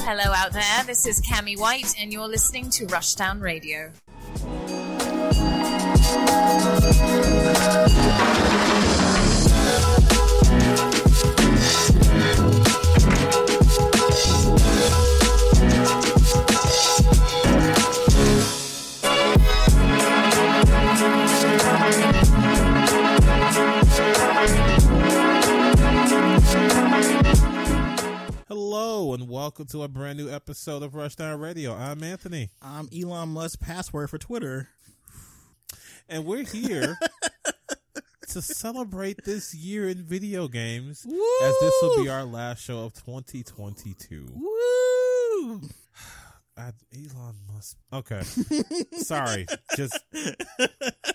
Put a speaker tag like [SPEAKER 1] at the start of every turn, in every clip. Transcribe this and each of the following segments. [SPEAKER 1] hello out there. This is Cami White, and you're listening to Rushdown Radio.
[SPEAKER 2] Hello and welcome to a brand new episode of Rushdown Radio. I'm Anthony,
[SPEAKER 3] I'm Elon Musk's password for Twitter.
[SPEAKER 2] and we're here to celebrate this year in video games, as this will be our last show of 2022.
[SPEAKER 3] Woo!
[SPEAKER 2] I, Elon Musk. Okay, sorry, just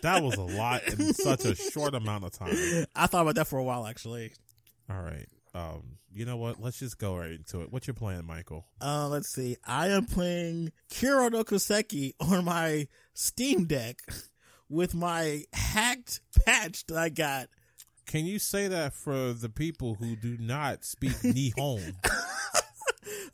[SPEAKER 2] that was a lot in such a short amount of time.
[SPEAKER 3] I thought about that for a while, actually.
[SPEAKER 2] All right, um, you know what? Let's just go right into it. What's your plan, Michael?
[SPEAKER 3] Uh, let's see. I am playing Kiro no Koseki on my Steam Deck with my hacked patch that I got.
[SPEAKER 2] Can you say that for the people who do not speak Nihon?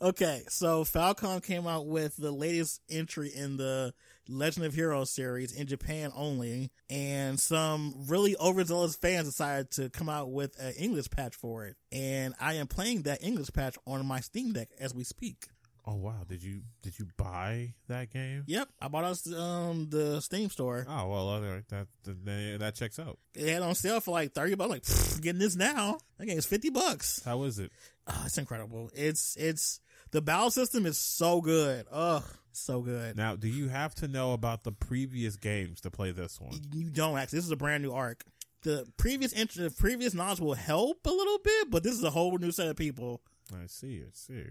[SPEAKER 3] Okay, so Falcom came out with the latest entry in the Legend of Heroes series in Japan only, and some really overzealous fans decided to come out with an English patch for it. And I am playing that English patch on my Steam Deck as we speak.
[SPEAKER 2] Oh wow! Did you did you buy that game?
[SPEAKER 3] Yep, I bought us um the Steam store.
[SPEAKER 2] Oh well, all right, that that, that checks out.
[SPEAKER 3] It had on sale for like thirty bucks. Like "Pfft, getting this now. That game's fifty bucks.
[SPEAKER 2] How is it?
[SPEAKER 3] Oh, it's incredible. It's it's the battle system is so good. Ugh, so good.
[SPEAKER 2] Now, do you have to know about the previous games to play this one?
[SPEAKER 3] You don't actually. This is a brand new arc. The previous int- the previous knowledge will help a little bit, but this is a whole new set of people
[SPEAKER 2] I see. I see.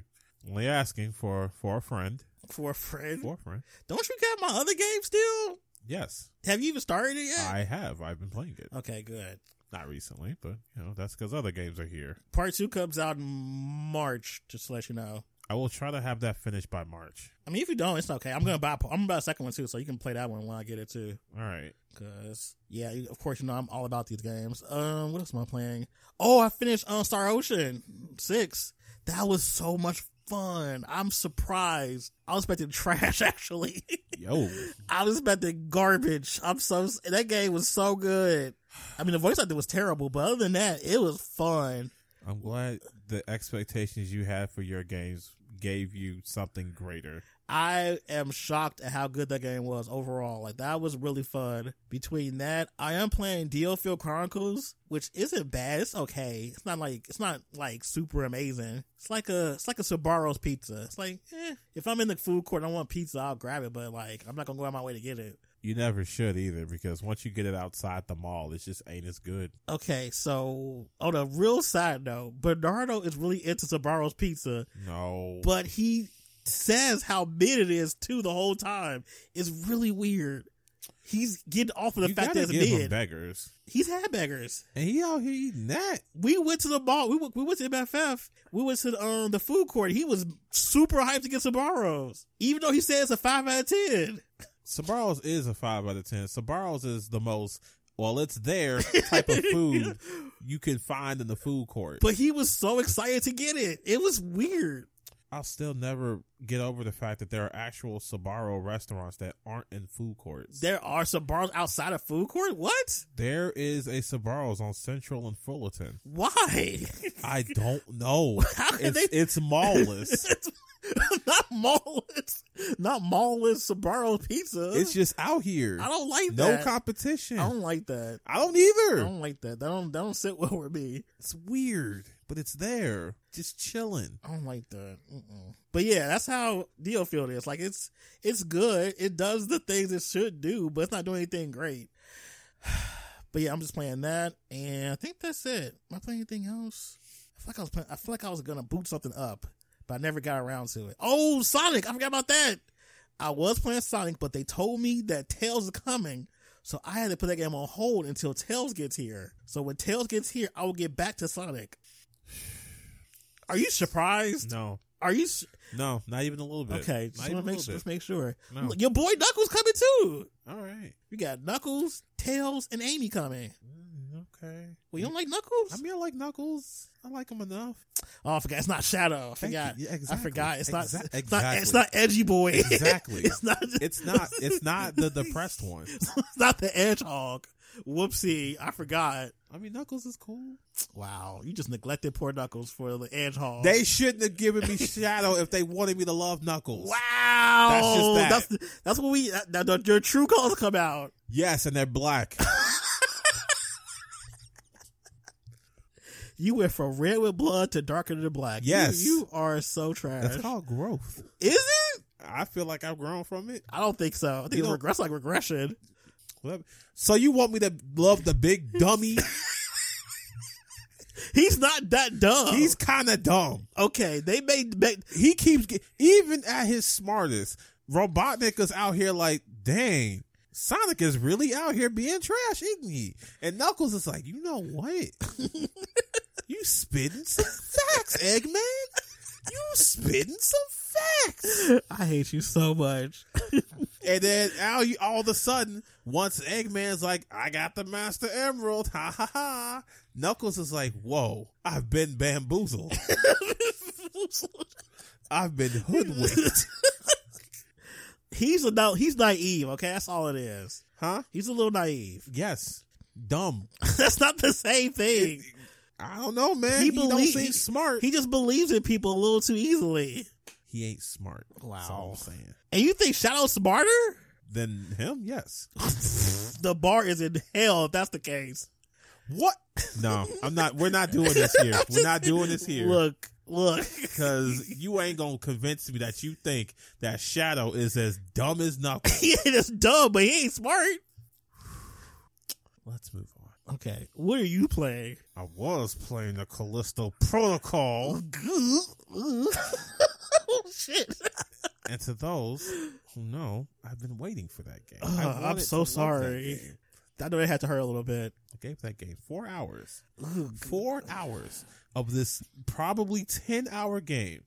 [SPEAKER 2] Only asking for for a friend.
[SPEAKER 3] for a friend.
[SPEAKER 2] For a friend.
[SPEAKER 3] Don't you got my other game still?
[SPEAKER 2] Yes,
[SPEAKER 3] Have you even started it yet?
[SPEAKER 2] I have. I've been playing it.
[SPEAKER 3] okay, good.
[SPEAKER 2] Not recently, but you know that's because other games are here.
[SPEAKER 3] Part two comes out in March. Just to let you know.
[SPEAKER 2] I will try to have that finished by March.
[SPEAKER 3] I mean, if you don't, it's okay. I'm gonna buy. I'm gonna buy a second one too, so you can play that one when I get it too.
[SPEAKER 2] All right.
[SPEAKER 3] Cause yeah, you- of course you know I'm all about these games. Um, what else am I playing? Oh, I finished um, Star Ocean Six. That was so much fun. I'm surprised. I was expecting trash actually.
[SPEAKER 2] Yo,
[SPEAKER 3] I was expecting garbage. I'm so that game was so good. I mean, the voice acting was terrible, but other than that, it was fun.
[SPEAKER 2] I'm glad the expectations you had for your games gave you something greater.
[SPEAKER 3] I am shocked at how good that game was overall. Like that was really fun. Between that, I am playing Dealfield Chronicles, which isn't bad. It's okay. It's not like it's not like super amazing. It's like a it's like a Sbarro's pizza. It's like eh, if I'm in the food court and I want pizza, I'll grab it. But like I'm not gonna go out my way to get it.
[SPEAKER 2] You never should either, because once you get it outside the mall, it just ain't as good.
[SPEAKER 3] Okay, so on a real side note, Bernardo is really into Sbarro's pizza.
[SPEAKER 2] No.
[SPEAKER 3] but he says how mid it is too the whole time. It's really weird. He's getting off of the
[SPEAKER 2] you
[SPEAKER 3] fact
[SPEAKER 2] gotta
[SPEAKER 3] that it's
[SPEAKER 2] give him
[SPEAKER 3] mid.
[SPEAKER 2] beggars.
[SPEAKER 3] He's had beggars.
[SPEAKER 2] And he out here eating that.
[SPEAKER 3] We went to the mall. We went, we went to MFF. We went to um, the food court. He was super hyped to get Sabaros, even though he said it's a five out of ten.
[SPEAKER 2] Sabaros is a five out of ten. Sabaros is the most well, it's there type of food you can find in the food court.
[SPEAKER 3] But he was so excited to get it. It was weird.
[SPEAKER 2] I'll still never get over the fact that there are actual Sabaro restaurants that aren't in food courts.
[SPEAKER 3] There are Sabaros outside of food court. What?
[SPEAKER 2] there is a Sabaros on Central and Fullerton.
[SPEAKER 3] Why?
[SPEAKER 2] I don't know.
[SPEAKER 3] How can
[SPEAKER 2] it's,
[SPEAKER 3] they
[SPEAKER 2] it's mallless.
[SPEAKER 3] not mall. Not mall. Sabaro pizza.
[SPEAKER 2] it's just out here.
[SPEAKER 3] I don't like
[SPEAKER 2] no
[SPEAKER 3] that.
[SPEAKER 2] competition.
[SPEAKER 3] I don't like that.
[SPEAKER 2] I don't either.
[SPEAKER 3] I don't like that. That don't that don't sit well with me.
[SPEAKER 2] It's weird, but it's there, just chilling.
[SPEAKER 3] I don't like that. Mm-mm. But yeah, that's how Deal Field is. Like it's it's good. It does the things it should do, but it's not doing anything great. But yeah, I'm just playing that, and I think that's it. Am I playing anything else? I feel like I was playing, I feel like I was gonna boot something up, but I never got around to it. Oh, Sonic! I forgot about that. I was playing Sonic, but they told me that Tails is coming, so I had to put that game on hold until Tails gets here. So when Tails gets here, I will get back to Sonic. Are you surprised?
[SPEAKER 2] No,
[SPEAKER 3] Are you s
[SPEAKER 2] no, not even a little bit.
[SPEAKER 3] okay? Just
[SPEAKER 2] not even a
[SPEAKER 3] want to make
[SPEAKER 2] little
[SPEAKER 3] sure. Just
[SPEAKER 2] bit.
[SPEAKER 3] make sure.
[SPEAKER 2] No.
[SPEAKER 3] Look, Your boy Knuckles coming too.
[SPEAKER 2] All right.
[SPEAKER 3] You got Knuckles, Tails, and Amy coming.
[SPEAKER 2] Mm, Okay.
[SPEAKER 3] Well, you don't like Knuckles?
[SPEAKER 2] I mean, I like Knuckles. I like him enough.
[SPEAKER 3] Oh, I forgot. It's not Shadow. I
[SPEAKER 2] Thank you.
[SPEAKER 3] forgot.
[SPEAKER 2] Yeah,
[SPEAKER 3] I
[SPEAKER 2] exactly.
[SPEAKER 3] forgot. It's not.
[SPEAKER 2] Exac-
[SPEAKER 3] It's not. It's
[SPEAKER 2] exactly.
[SPEAKER 3] not Edgy Boy.
[SPEAKER 2] Exactly.
[SPEAKER 3] it's not.
[SPEAKER 2] It's not. It's not the depressed one.
[SPEAKER 3] It's not the Edge Hog. Whoopsie! I forgot.
[SPEAKER 2] I mean, Knuckles is cool.
[SPEAKER 3] Wow, you just neglected poor Knuckles for the Edge Hog.
[SPEAKER 2] They shouldn't have given me Shadow if they wanted me to love Knuckles.
[SPEAKER 3] wow.
[SPEAKER 2] That's just that.
[SPEAKER 3] That's that's what we. That, that- your true colors come out.
[SPEAKER 2] Yes, and they're black.
[SPEAKER 3] You went from red with blood to darker than black. You-
[SPEAKER 2] Yes.
[SPEAKER 3] you, are so trash.
[SPEAKER 2] That's called growth.
[SPEAKER 3] Is it?
[SPEAKER 2] I feel like I've grown from it.
[SPEAKER 3] I don't think so. I think
[SPEAKER 2] You
[SPEAKER 3] it's
[SPEAKER 2] know-
[SPEAKER 3] regress like regression.
[SPEAKER 2] Well, So you want me to love the big dummy?
[SPEAKER 3] He's not that dumb.
[SPEAKER 2] He's kind of dumb.
[SPEAKER 3] okay. They made, made
[SPEAKER 2] He keeps get, even at his smartest. Robotnik is out here like, dang, Sonic is really out here being trash, isn't he? And Knuckles is like, you know what? you spitting some facts, Eggman. You spitting some facts.
[SPEAKER 3] I hate you so much.
[SPEAKER 2] And then all, you, all of a sudden, once Eggman's like, I got the Master Emerald, ha ha ha. Knuckles is like, whoa, I've been bamboozled. I've been hoodwinked.
[SPEAKER 3] he's a no, he's naive. Okay, that's all it is.
[SPEAKER 2] huh?
[SPEAKER 3] He's a little naive.
[SPEAKER 2] Yes. Dumb.
[SPEAKER 3] that's not the same thing.
[SPEAKER 2] I don't know, man.
[SPEAKER 3] He
[SPEAKER 2] He, don't
[SPEAKER 3] believe-
[SPEAKER 2] seem smart.
[SPEAKER 3] He just believes in people a little too easily.
[SPEAKER 2] He ain't smart. That's all I'm
[SPEAKER 3] Wow.
[SPEAKER 2] saying.
[SPEAKER 3] And you think Shadow's smarter?
[SPEAKER 2] Then him, yes.
[SPEAKER 3] The bar is in hell if that's the case.
[SPEAKER 2] What? No, I'm not. We're not doing this here. We're not doing this here.
[SPEAKER 3] Look, look.
[SPEAKER 2] Cause you ain't gonna convince me that you think that Shadow is as dumb as Knuckles.
[SPEAKER 3] He is dumb, but he ain't smart.
[SPEAKER 2] Let's move on.
[SPEAKER 3] Okay, what are you playing?
[SPEAKER 2] I was playing the Callisto Protocol,
[SPEAKER 3] oh shit!
[SPEAKER 2] and to those who know, I've been waiting for that game.
[SPEAKER 3] Ugh,
[SPEAKER 2] I
[SPEAKER 3] I'm
[SPEAKER 2] wanted to
[SPEAKER 3] so
[SPEAKER 2] love that
[SPEAKER 3] sorry.
[SPEAKER 2] game.
[SPEAKER 3] I know it had to hurt a little bit.
[SPEAKER 2] I gave that game four hours.
[SPEAKER 3] Ugh.
[SPEAKER 2] Four hours of this probably 10 hour game.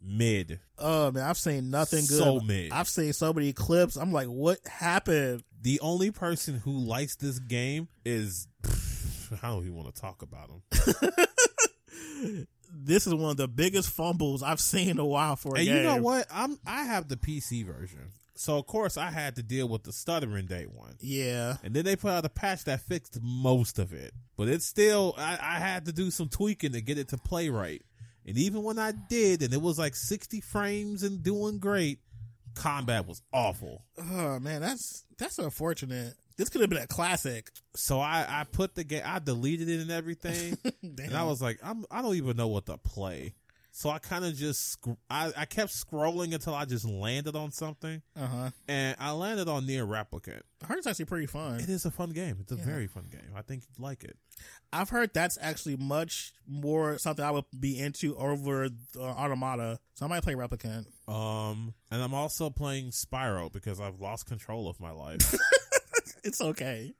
[SPEAKER 2] Mid.
[SPEAKER 3] Oh man, I've seen nothing good.
[SPEAKER 2] So mid.
[SPEAKER 3] I've seen so many clips. I'm like, what happened?
[SPEAKER 2] The only person who likes this game is. How do we want to talk about him?
[SPEAKER 3] This is one of the biggest fumbles I've seen in a while for a
[SPEAKER 2] And
[SPEAKER 3] game.
[SPEAKER 2] you know what? I'm I have the PC version, so of course I had to deal with the stuttering day one.
[SPEAKER 3] Yeah,
[SPEAKER 2] And then they put out a patch that fixed most of it, but it's still I, I had to do some tweaking to get it to play right. And even when I did, and it was like 60 frames and doing great, combat was awful.
[SPEAKER 3] oh man, that's that's unfortunate. This could have been a classic.
[SPEAKER 2] So I I put the game, I deleted it and everything.
[SPEAKER 3] Damn.
[SPEAKER 2] and I was like, I'm I don't even know what to play. So I kind of just sc- I, I kept scrolling until I just landed on something,
[SPEAKER 3] uh huh.
[SPEAKER 2] and I landed on Near Replicant.
[SPEAKER 3] I heard it's actually pretty fun.
[SPEAKER 2] It is a fun game. It's a
[SPEAKER 3] Yeah.
[SPEAKER 2] very fun game. I think you'd like it.
[SPEAKER 3] I've heard that's actually much more something I would be into over uh, Automata. So I might play Replicant.
[SPEAKER 2] Um, and I'm also playing Spyro because I've lost control of my life.
[SPEAKER 3] It's okay.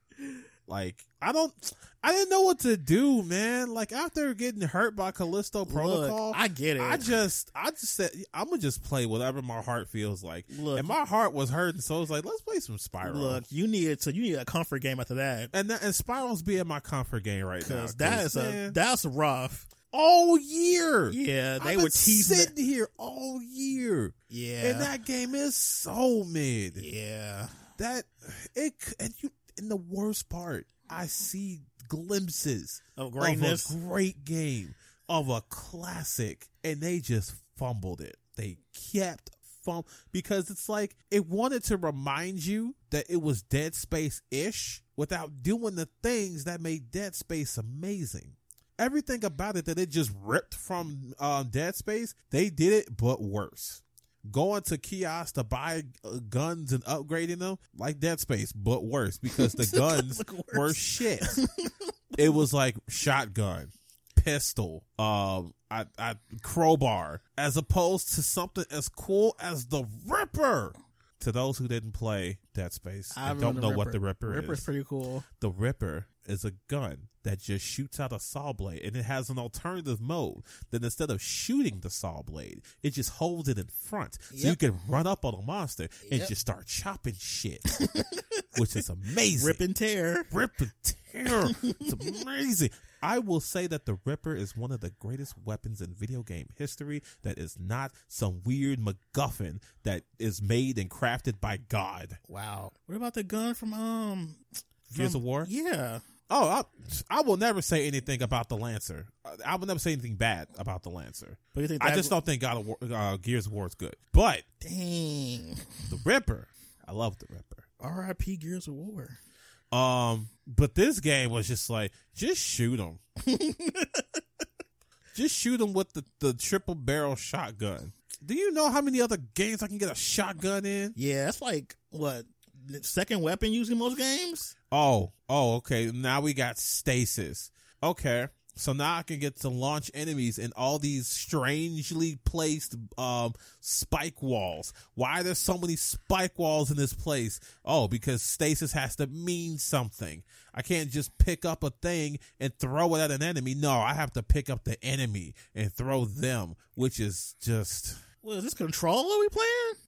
[SPEAKER 2] like I don't, I didn't know what to do, man. Like after getting hurt by Callisto Protocol,
[SPEAKER 3] Look, I get it.
[SPEAKER 2] I just, I just said, I'm gonna just play whatever my heart feels like.
[SPEAKER 3] Look.
[SPEAKER 2] and my heart was hurting, so I was like, let's play some Spyro.
[SPEAKER 3] Look, you need to you need a comfort game after that
[SPEAKER 2] And that, and Spyro's being my comfort game right now.
[SPEAKER 3] because that is a
[SPEAKER 2] man,
[SPEAKER 3] that's rough.
[SPEAKER 2] all year.
[SPEAKER 3] Yeah, they
[SPEAKER 2] I've
[SPEAKER 3] were
[SPEAKER 2] been
[SPEAKER 3] teasing. it.
[SPEAKER 2] sitting here all year,
[SPEAKER 3] Yeah,
[SPEAKER 2] and that game is so mid.
[SPEAKER 3] yeah.
[SPEAKER 2] That it c- and you in the worst part, I see glimpses
[SPEAKER 3] Of Oh, greatness.
[SPEAKER 2] of a great game of a classic, and they just fumbled it. They kept fum because it's like it wanted to remind you that it was Dead Space ish without doing the things that made Dead Space amazing. Everything about it that it just ripped from um, Dead Space, they did it but worse. Going to kiosks to buy uh, guns and upgrading them like Dead Space, but worse because the guns
[SPEAKER 3] Look worse.
[SPEAKER 2] were shit. it was like shotgun, pistol, um, I, I crowbar, as opposed to something as cool as the Ripper. To those who didn't play Dead Space
[SPEAKER 3] I
[SPEAKER 2] and don't
[SPEAKER 3] remember
[SPEAKER 2] know what the
[SPEAKER 3] Ripper.
[SPEAKER 2] Ripper
[SPEAKER 3] Ripper's
[SPEAKER 2] is,
[SPEAKER 3] pretty cool.
[SPEAKER 2] the Ripper is a gun that just shoots out a saw blade and it has an alternative mode that instead of shooting the saw blade, it just holds it in front. So you
[SPEAKER 3] Yep.
[SPEAKER 2] can run up on a monster and
[SPEAKER 3] Yep.
[SPEAKER 2] just start chopping shit, which is amazing.
[SPEAKER 3] Rip and tear.
[SPEAKER 2] Rip and tear. it's amazing. I will say that the Ripper is one of the greatest weapons in video game history that is not some weird MacGuffin that is made and crafted by God.
[SPEAKER 3] Wow. What about the gun from um
[SPEAKER 2] Gears
[SPEAKER 3] from-
[SPEAKER 2] of War?
[SPEAKER 3] Yeah.
[SPEAKER 2] Oh, I, I will never say anything about the Lancer. I- I will never say anything bad about the Lancer.
[SPEAKER 3] But you think
[SPEAKER 2] I
[SPEAKER 3] that
[SPEAKER 2] just
[SPEAKER 3] go-
[SPEAKER 2] don't think God of War, uh, Gears of War is good. But
[SPEAKER 3] Dang.
[SPEAKER 2] the Ripper, I love the Ripper.
[SPEAKER 3] R.I.P. Gears of War.
[SPEAKER 2] Um, but this game was just like, just shoot him. just shoot him with the, the triple barrel shotgun. Do you know how many other games I can get a shotgun in?
[SPEAKER 3] Yeah, that's like what the second weapon used in most games.
[SPEAKER 2] Oh, oh, okay. Now we got stasis. Okay. So now I can get to launch enemies in all these strangely placed um, spike walls. Why are there so many spike walls in this place? Oh, because stasis has to mean something. I can't just pick up a thing and throw it at an enemy. No, I have to pick up the enemy and throw them, which is just,
[SPEAKER 3] What is this control? Are we playing?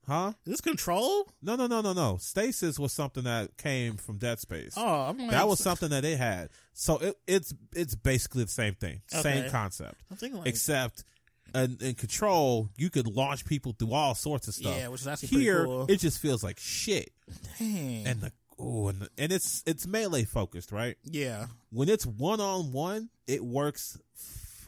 [SPEAKER 2] huh?
[SPEAKER 3] Is this control?
[SPEAKER 2] No, no, no, no, no. Stasis was something that came from Dead Space.
[SPEAKER 3] Oh, I'm like,
[SPEAKER 2] That was something that they had. So it, it's it's basically the same thing,
[SPEAKER 3] Okay.
[SPEAKER 2] same concept,
[SPEAKER 3] I'm thinking like,
[SPEAKER 2] except in, in control you could launch people through all sorts of stuff.
[SPEAKER 3] yeah, which is actually
[SPEAKER 2] Here
[SPEAKER 3] pretty cool.
[SPEAKER 2] it just feels like shit,
[SPEAKER 3] Dang.
[SPEAKER 2] and the ooh, and, the, and it's it's melee focused, right?
[SPEAKER 3] yeah,
[SPEAKER 2] When it's one on one, it works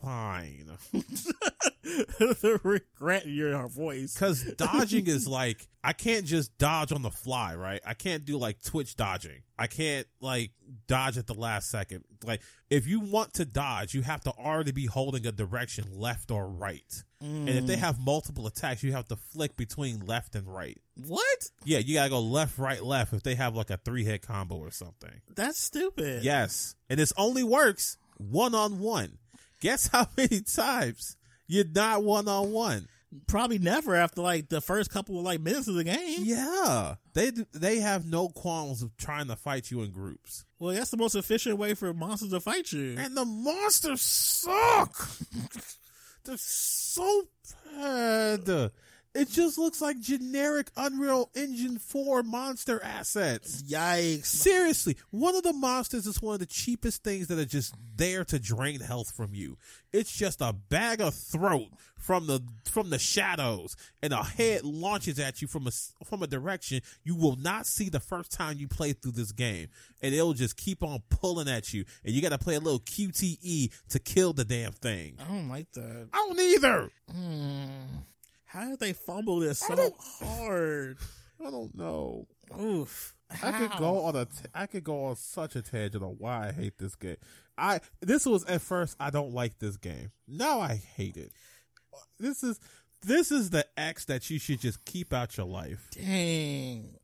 [SPEAKER 2] fine
[SPEAKER 3] the regret in your voice.
[SPEAKER 2] because dodging is like I can't just dodge on the fly, right? I can't do like twitch dodging. I can't like dodge at the last second. Like if you want to dodge, you have to already be holding a direction left or right. And if they have multiple attacks, you have to flick between left and right.
[SPEAKER 3] what?
[SPEAKER 2] Yeah, you gotta go left, right, left if they have like a three hit combo or something.
[SPEAKER 3] That's stupid.
[SPEAKER 2] Yes. And this only works one on one. Guess how many times you're not one on one?
[SPEAKER 3] probably never after like the first couple of like minutes of the game.
[SPEAKER 2] Yeah, they they have no qualms of trying to fight you in groups,
[SPEAKER 3] Well, that's the most efficient way for monsters to fight you.
[SPEAKER 2] and the monsters suck. They're so bad. It just looks like generic Unreal Engine four monster assets.
[SPEAKER 3] Yikes!
[SPEAKER 2] Seriously, one of the monsters is one of the cheapest things that are just there to drain health from you. It's just a bag of throat from the from the shadows, and a head launches at you from a s- from a direction you will not see the first time you play through this game, and it'll just keep on pulling at you, and you got to play a little QTE to kill the damn thing.
[SPEAKER 3] I don't like that.
[SPEAKER 2] I don't either.
[SPEAKER 3] Hmm. How did they fumble this
[SPEAKER 2] I
[SPEAKER 3] so
[SPEAKER 2] don't-
[SPEAKER 3] hard?
[SPEAKER 2] I don't know.
[SPEAKER 3] Oof!
[SPEAKER 2] I could
[SPEAKER 3] How?
[SPEAKER 2] go on a t- I could go on such a tangent on why I hate this game. I this was at first I don't like this game. Now I hate it. This is this is the X that you should just keep out your life.
[SPEAKER 3] Dang!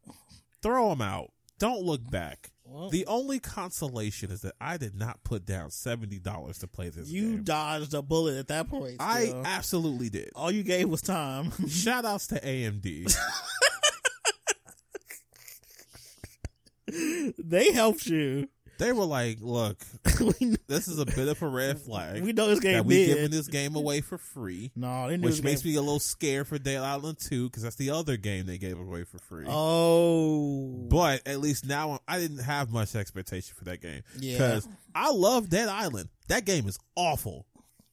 [SPEAKER 2] Throw them out. Don't look back.
[SPEAKER 3] Well,
[SPEAKER 2] The only consolation is that I did not put down seventy dollars to play this
[SPEAKER 3] you
[SPEAKER 2] game.
[SPEAKER 3] dodged a bullet at that point.
[SPEAKER 2] I
[SPEAKER 3] still.
[SPEAKER 2] absolutely did.
[SPEAKER 3] all you gave was time.
[SPEAKER 2] Shout outs to AMD.
[SPEAKER 3] they helped you.
[SPEAKER 2] they were like, "Look,
[SPEAKER 3] we,
[SPEAKER 2] this is a bit of a red flag
[SPEAKER 3] we know this game
[SPEAKER 2] that we
[SPEAKER 3] did.
[SPEAKER 2] giving this game away for free."
[SPEAKER 3] no, they knew
[SPEAKER 2] Which
[SPEAKER 3] this
[SPEAKER 2] makes
[SPEAKER 3] game-
[SPEAKER 2] me a little scared for Dale Island 2 because that's the other game they gave away for free.
[SPEAKER 3] Oh,
[SPEAKER 2] But at least now I'm- I didn't have much expectation for that game
[SPEAKER 3] yeah.
[SPEAKER 2] because I love Dead Island. That game is awful.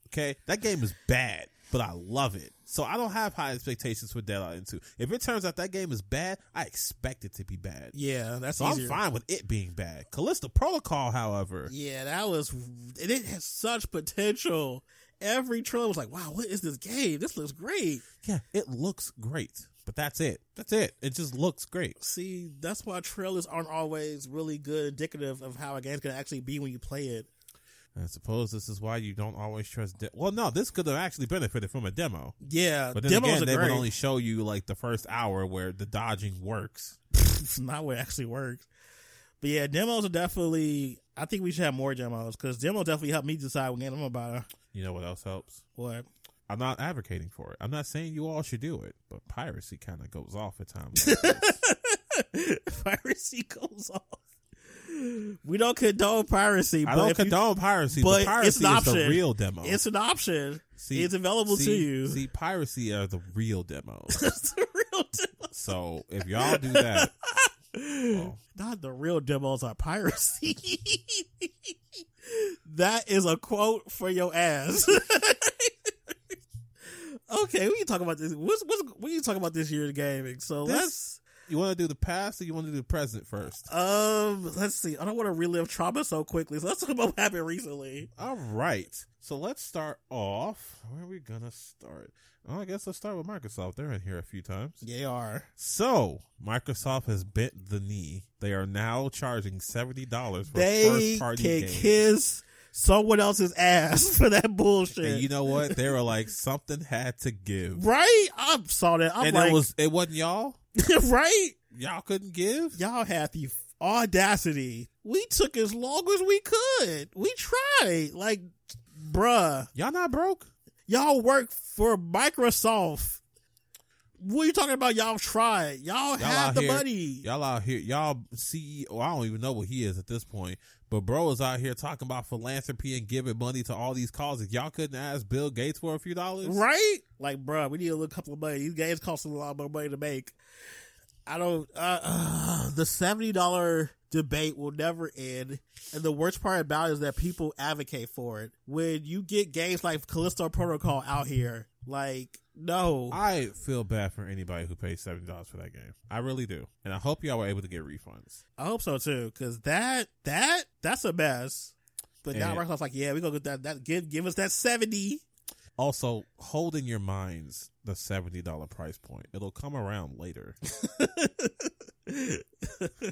[SPEAKER 2] Okay, that game is bad, but I love it. So I don't have high expectations for Dead Island 2. If it turns out that game is bad, I expect it to be bad.
[SPEAKER 3] Yeah, that's
[SPEAKER 2] So I'm
[SPEAKER 3] easier.
[SPEAKER 2] fine with it being bad. Callisto Protocol, however,
[SPEAKER 3] Yeah, that was it. It has such potential. Every trailer was like, "Wow, what is this game? This looks great."
[SPEAKER 2] yeah, it looks great, but that's it. That's it. It just looks great.
[SPEAKER 3] See, that's why trailers aren't always really good indicative of how a game's gonna actually be when you play it.
[SPEAKER 2] I suppose this is why you don't always trust. De- well, no, this could have actually benefited from a demo,
[SPEAKER 3] Yeah,
[SPEAKER 2] but then
[SPEAKER 3] demos
[SPEAKER 2] again,
[SPEAKER 3] are
[SPEAKER 2] they
[SPEAKER 3] great.
[SPEAKER 2] would only show you like the first hour where the dodging works.
[SPEAKER 3] It's not what actually works. But yeah, demos are definitely. I think we should have more demos because demos definitely help me decide what game I'm about.
[SPEAKER 2] You know what else helps?
[SPEAKER 3] What?
[SPEAKER 2] I'm not advocating for it. I'm not saying you all should do it, but piracy kind of goes off at times.
[SPEAKER 3] Piracy goes off. We don't condone piracy.
[SPEAKER 2] I
[SPEAKER 3] but
[SPEAKER 2] don't
[SPEAKER 3] if you-
[SPEAKER 2] condone piracy,
[SPEAKER 3] but
[SPEAKER 2] but,
[SPEAKER 3] it's
[SPEAKER 2] piracy
[SPEAKER 3] an
[SPEAKER 2] is the
[SPEAKER 3] option.
[SPEAKER 2] real demo.
[SPEAKER 3] it's an option.
[SPEAKER 2] See-
[SPEAKER 3] it's available to
[SPEAKER 2] see-
[SPEAKER 3] you.
[SPEAKER 2] See, piracy are the real demos.
[SPEAKER 3] It's the real demo.
[SPEAKER 2] so if y'all do that, well,
[SPEAKER 3] Not the real demos are piracy. that is a quote for your ass. okay, we can talk about this. What's, what's, we can talk about this year's gaming. So
[SPEAKER 2] This-
[SPEAKER 3] let's
[SPEAKER 2] you want to do the past or you want to do the present first?
[SPEAKER 3] um let's see. I don't want to relive trauma so quickly. So let's talk about what happened recently.
[SPEAKER 2] All right. So let's start off. Where are we going to start? Oh, I guess let's start with Microsoft. They're in here a few times.
[SPEAKER 3] They are.
[SPEAKER 2] So Microsoft has bent the knee. They are now charging seventy dollars for
[SPEAKER 3] They
[SPEAKER 2] first
[SPEAKER 3] can
[SPEAKER 2] party games.
[SPEAKER 3] kiss someone else's ass for that bullshit.
[SPEAKER 2] And you know what? They were like, something had to give,
[SPEAKER 3] right? I saw that. I'm
[SPEAKER 2] and
[SPEAKER 3] like,
[SPEAKER 2] it was it wasn't y'all.
[SPEAKER 3] right?
[SPEAKER 2] Y'all couldn't give.
[SPEAKER 3] y'all had the audacity. We took as long as we could. We tried. Like, bruh,
[SPEAKER 2] Y'all not broke.
[SPEAKER 3] y'all work for Microsoft. What are you talking about? Y'all tried. Y'all,
[SPEAKER 2] out
[SPEAKER 3] had the
[SPEAKER 2] here-
[SPEAKER 3] money.
[SPEAKER 2] Y'all out here. Y'all CEO. I don't even know what he is at this point. But bro is out here talking about philanthropy and giving money to all these causes. Y'all couldn't ask Bill Gates for a few dollars,
[SPEAKER 3] Right? Like, bruh, we need a little couple of money. These games cost a lot more money to make. I don't. Uh, uh, the seventy dollar debate will never end, and the worst part about it is that people advocate for it. When you get games like Callisto Protocol out here, like no,
[SPEAKER 2] I feel bad for anybody who pays seventy dollars for that game. I really do, and I hope y'all were able to get refunds.
[SPEAKER 3] I hope so too, because that that that's a mess. But now
[SPEAKER 2] And-
[SPEAKER 3] Microsoft's like, yeah, we gonna get that. That give give us that seventy.
[SPEAKER 2] Also, hold in your minds the seventy dollar price point. It'll come around later,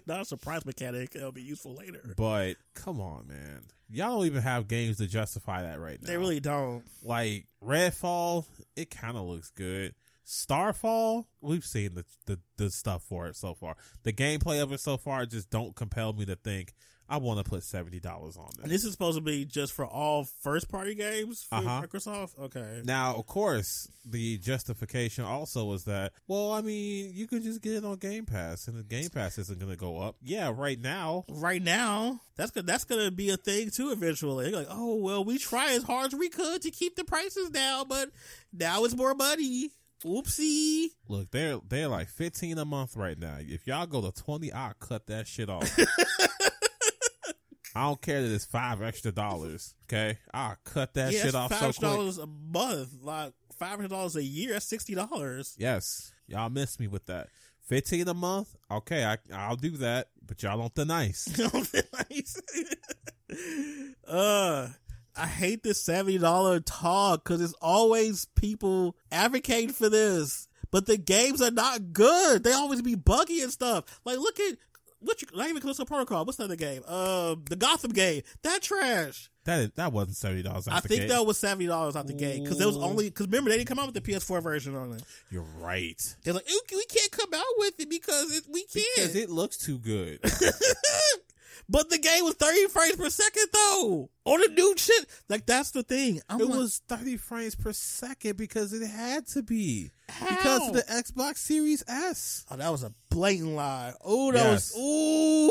[SPEAKER 3] Not a surprise mechanic. It'll be useful later.
[SPEAKER 2] but come on, man, y'all don't even have games to justify that right now.
[SPEAKER 3] They really don't.
[SPEAKER 2] like Redfall. It kind of looks good. Starfall, we've seen the, the the stuff for it so far. The gameplay of it so far just don't compel me to think I want to put seventy dollars on
[SPEAKER 3] And
[SPEAKER 2] this.
[SPEAKER 3] this is supposed to be just for all first party games for
[SPEAKER 2] Uh-huh.
[SPEAKER 3] Microsoft. Okay.
[SPEAKER 2] Now, of course, the justification also was that, well, I mean, you could just get it on Game Pass, and the Game Pass isn't going to go up. Yeah, right now,
[SPEAKER 3] Right now, that's gonna that's gonna be a thing too. Eventually, They're like, oh well, we try as hard as we could to keep the prices down, but now it's more money. Oopsie.
[SPEAKER 2] look, they're they're like fifteen a month right now. If y'all go to twenty, I'll cut that shit off. I don't care that it's five extra dollars. Okay, I'll cut that
[SPEAKER 3] yeah,
[SPEAKER 2] shit
[SPEAKER 3] that's
[SPEAKER 2] off so
[SPEAKER 3] five
[SPEAKER 2] quick.
[SPEAKER 3] dollars a month, like five hundred dollars a year. That's sixty dollars.
[SPEAKER 2] Yes, y'all missed me with that. Fifteen a month. Okay, I I'll do that, but y'all don't the nice.
[SPEAKER 3] uh, I hate this seventy dollar talk because it's always people advocating for this, but the games are not good. They always be buggy and stuff. Like, look at what you not even Callisto Protocol. What's the other game? Uh, the Gotham game. That trash.
[SPEAKER 2] That is, that wasn't seventy dollars.
[SPEAKER 3] I think that was seventy dollars out the gate because it was
[SPEAKER 2] Ooh.
[SPEAKER 3] only because remember they didn't come out with the PS4 version on it.
[SPEAKER 2] you're right.
[SPEAKER 3] They're like, "Ooh, we can't come out with it because it, we can't.
[SPEAKER 2] Because it looks too good.
[SPEAKER 3] but the game was 30 frames per second though on the new shit. Like that's the thing. I'm
[SPEAKER 2] it
[SPEAKER 3] like,
[SPEAKER 2] was 30 frames per second because it had to be. Because
[SPEAKER 3] how?
[SPEAKER 2] of the Xbox Series S.
[SPEAKER 3] oh, that was a blatant lie. Oh, that
[SPEAKER 2] Yes.
[SPEAKER 3] was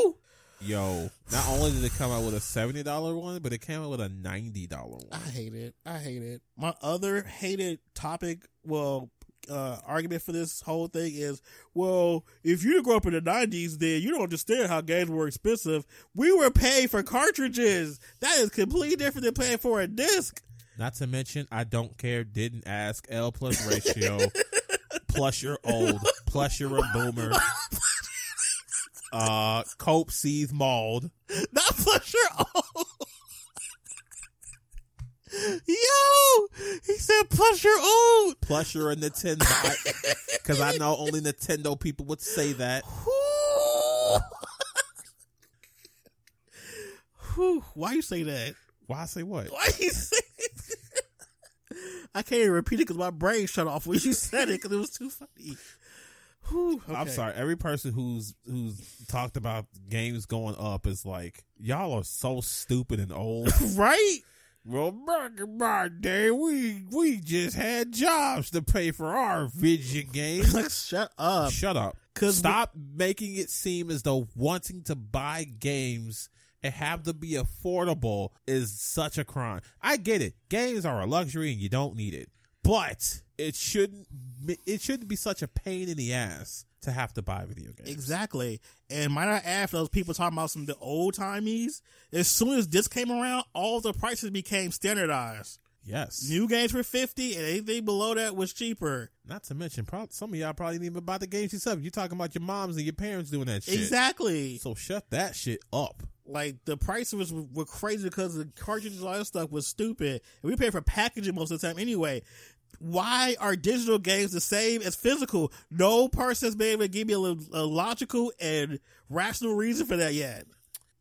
[SPEAKER 3] ooh.
[SPEAKER 2] Yo, not only did it come out with a $70 one, but it came out with a $90
[SPEAKER 3] I
[SPEAKER 2] one.
[SPEAKER 3] hate it. I hate it. My other hated topic, well, uh, argument for this whole thing is, well, if you didn't grow up in the '90s, then you don't understand how games were expensive. We were paying for cartridges. That is completely different than paying for a disc.
[SPEAKER 2] Not to mention, I don't care, didn't ask, L plus ratio, plus you're old, plus you're a boomer. Uh, cope sees mauled.
[SPEAKER 3] Not Flusher old. Yo, he said Flusher old.
[SPEAKER 2] Plus you're a Nintendo. Because I know only Nintendo people would say that.
[SPEAKER 3] Whew, Why you say that?
[SPEAKER 2] Why say what?
[SPEAKER 3] Why you say? I can't even repeat it because my brain shut off when you said it because it was too funny. Whew,
[SPEAKER 2] I'm
[SPEAKER 3] okay.
[SPEAKER 2] sorry. Every person who's who's talked about games going up is like, y'all are so stupid and old.
[SPEAKER 3] Right?
[SPEAKER 2] well, back in my day, we we just had jobs to pay for our video games.
[SPEAKER 3] Like, shut up.
[SPEAKER 2] Shut up.
[SPEAKER 3] Cause
[SPEAKER 2] Stop making it seem as though wanting to buy games and have them be affordable is such a crime. I get it. Games are a luxury and you don't need it. But it shouldn't it shouldn't be such a pain in the ass to have to buy video games.
[SPEAKER 3] Exactly. And might I add for those people talking about some of the old timeies, as soon as this came around, all the prices became standardized.
[SPEAKER 2] Yes.
[SPEAKER 3] New games were fifty and anything below that was cheaper.
[SPEAKER 2] Not to mention prob- some of y'all probably didn't even buy the games yourself. You're talking about your moms and your parents doing that shit.
[SPEAKER 3] Exactly.
[SPEAKER 2] So shut that shit up.
[SPEAKER 3] Like the prices was were crazy because the cartridges and all that stuff was stupid. And we paid for packaging most of the time anyway. Why are digital games the same as physical? No person's been able to give me a, lo- a logical and rational reason for that yet.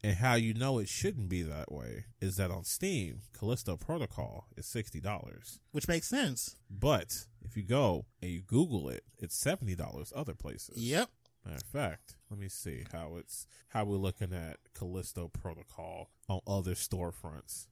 [SPEAKER 2] And how you know it shouldn't be that way is that on Steam, Callisto Protocol is sixty dollars.
[SPEAKER 3] Which makes sense.
[SPEAKER 2] But if you go and you Google it, it's seventy dollars other places.
[SPEAKER 3] Yep.
[SPEAKER 2] Matter of fact, let me see how it's how we're looking at Callisto Protocol on other storefronts.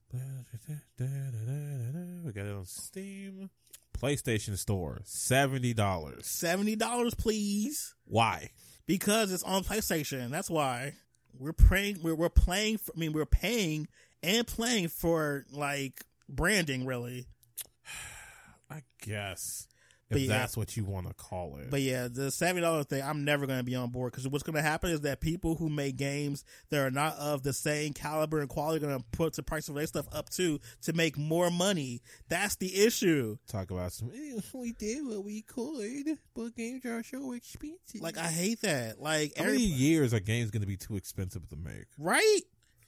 [SPEAKER 2] We got it on Steam, PlayStation Store, seventy dollars.
[SPEAKER 3] Seventy dollars, please.
[SPEAKER 2] Why?
[SPEAKER 3] because it's on PlayStation. That's why we're paying. We're, we're playing. For, I mean, we're paying and playing for like branding, really.
[SPEAKER 2] I guess if
[SPEAKER 3] But yeah.
[SPEAKER 2] that's what you want to call it.
[SPEAKER 3] But yeah, the seventy dollars thing, I'm never going to be on board because what's going to happen is that people who make games that are not of the same caliber and quality are going to put the price of their stuff up too to make more money. That's the issue.
[SPEAKER 2] Talk about some. "Eh, We did what we could, but games are so expensive.
[SPEAKER 3] Like I hate that. Like
[SPEAKER 2] how many
[SPEAKER 3] every,
[SPEAKER 2] years are games going to be too expensive to make?
[SPEAKER 3] right.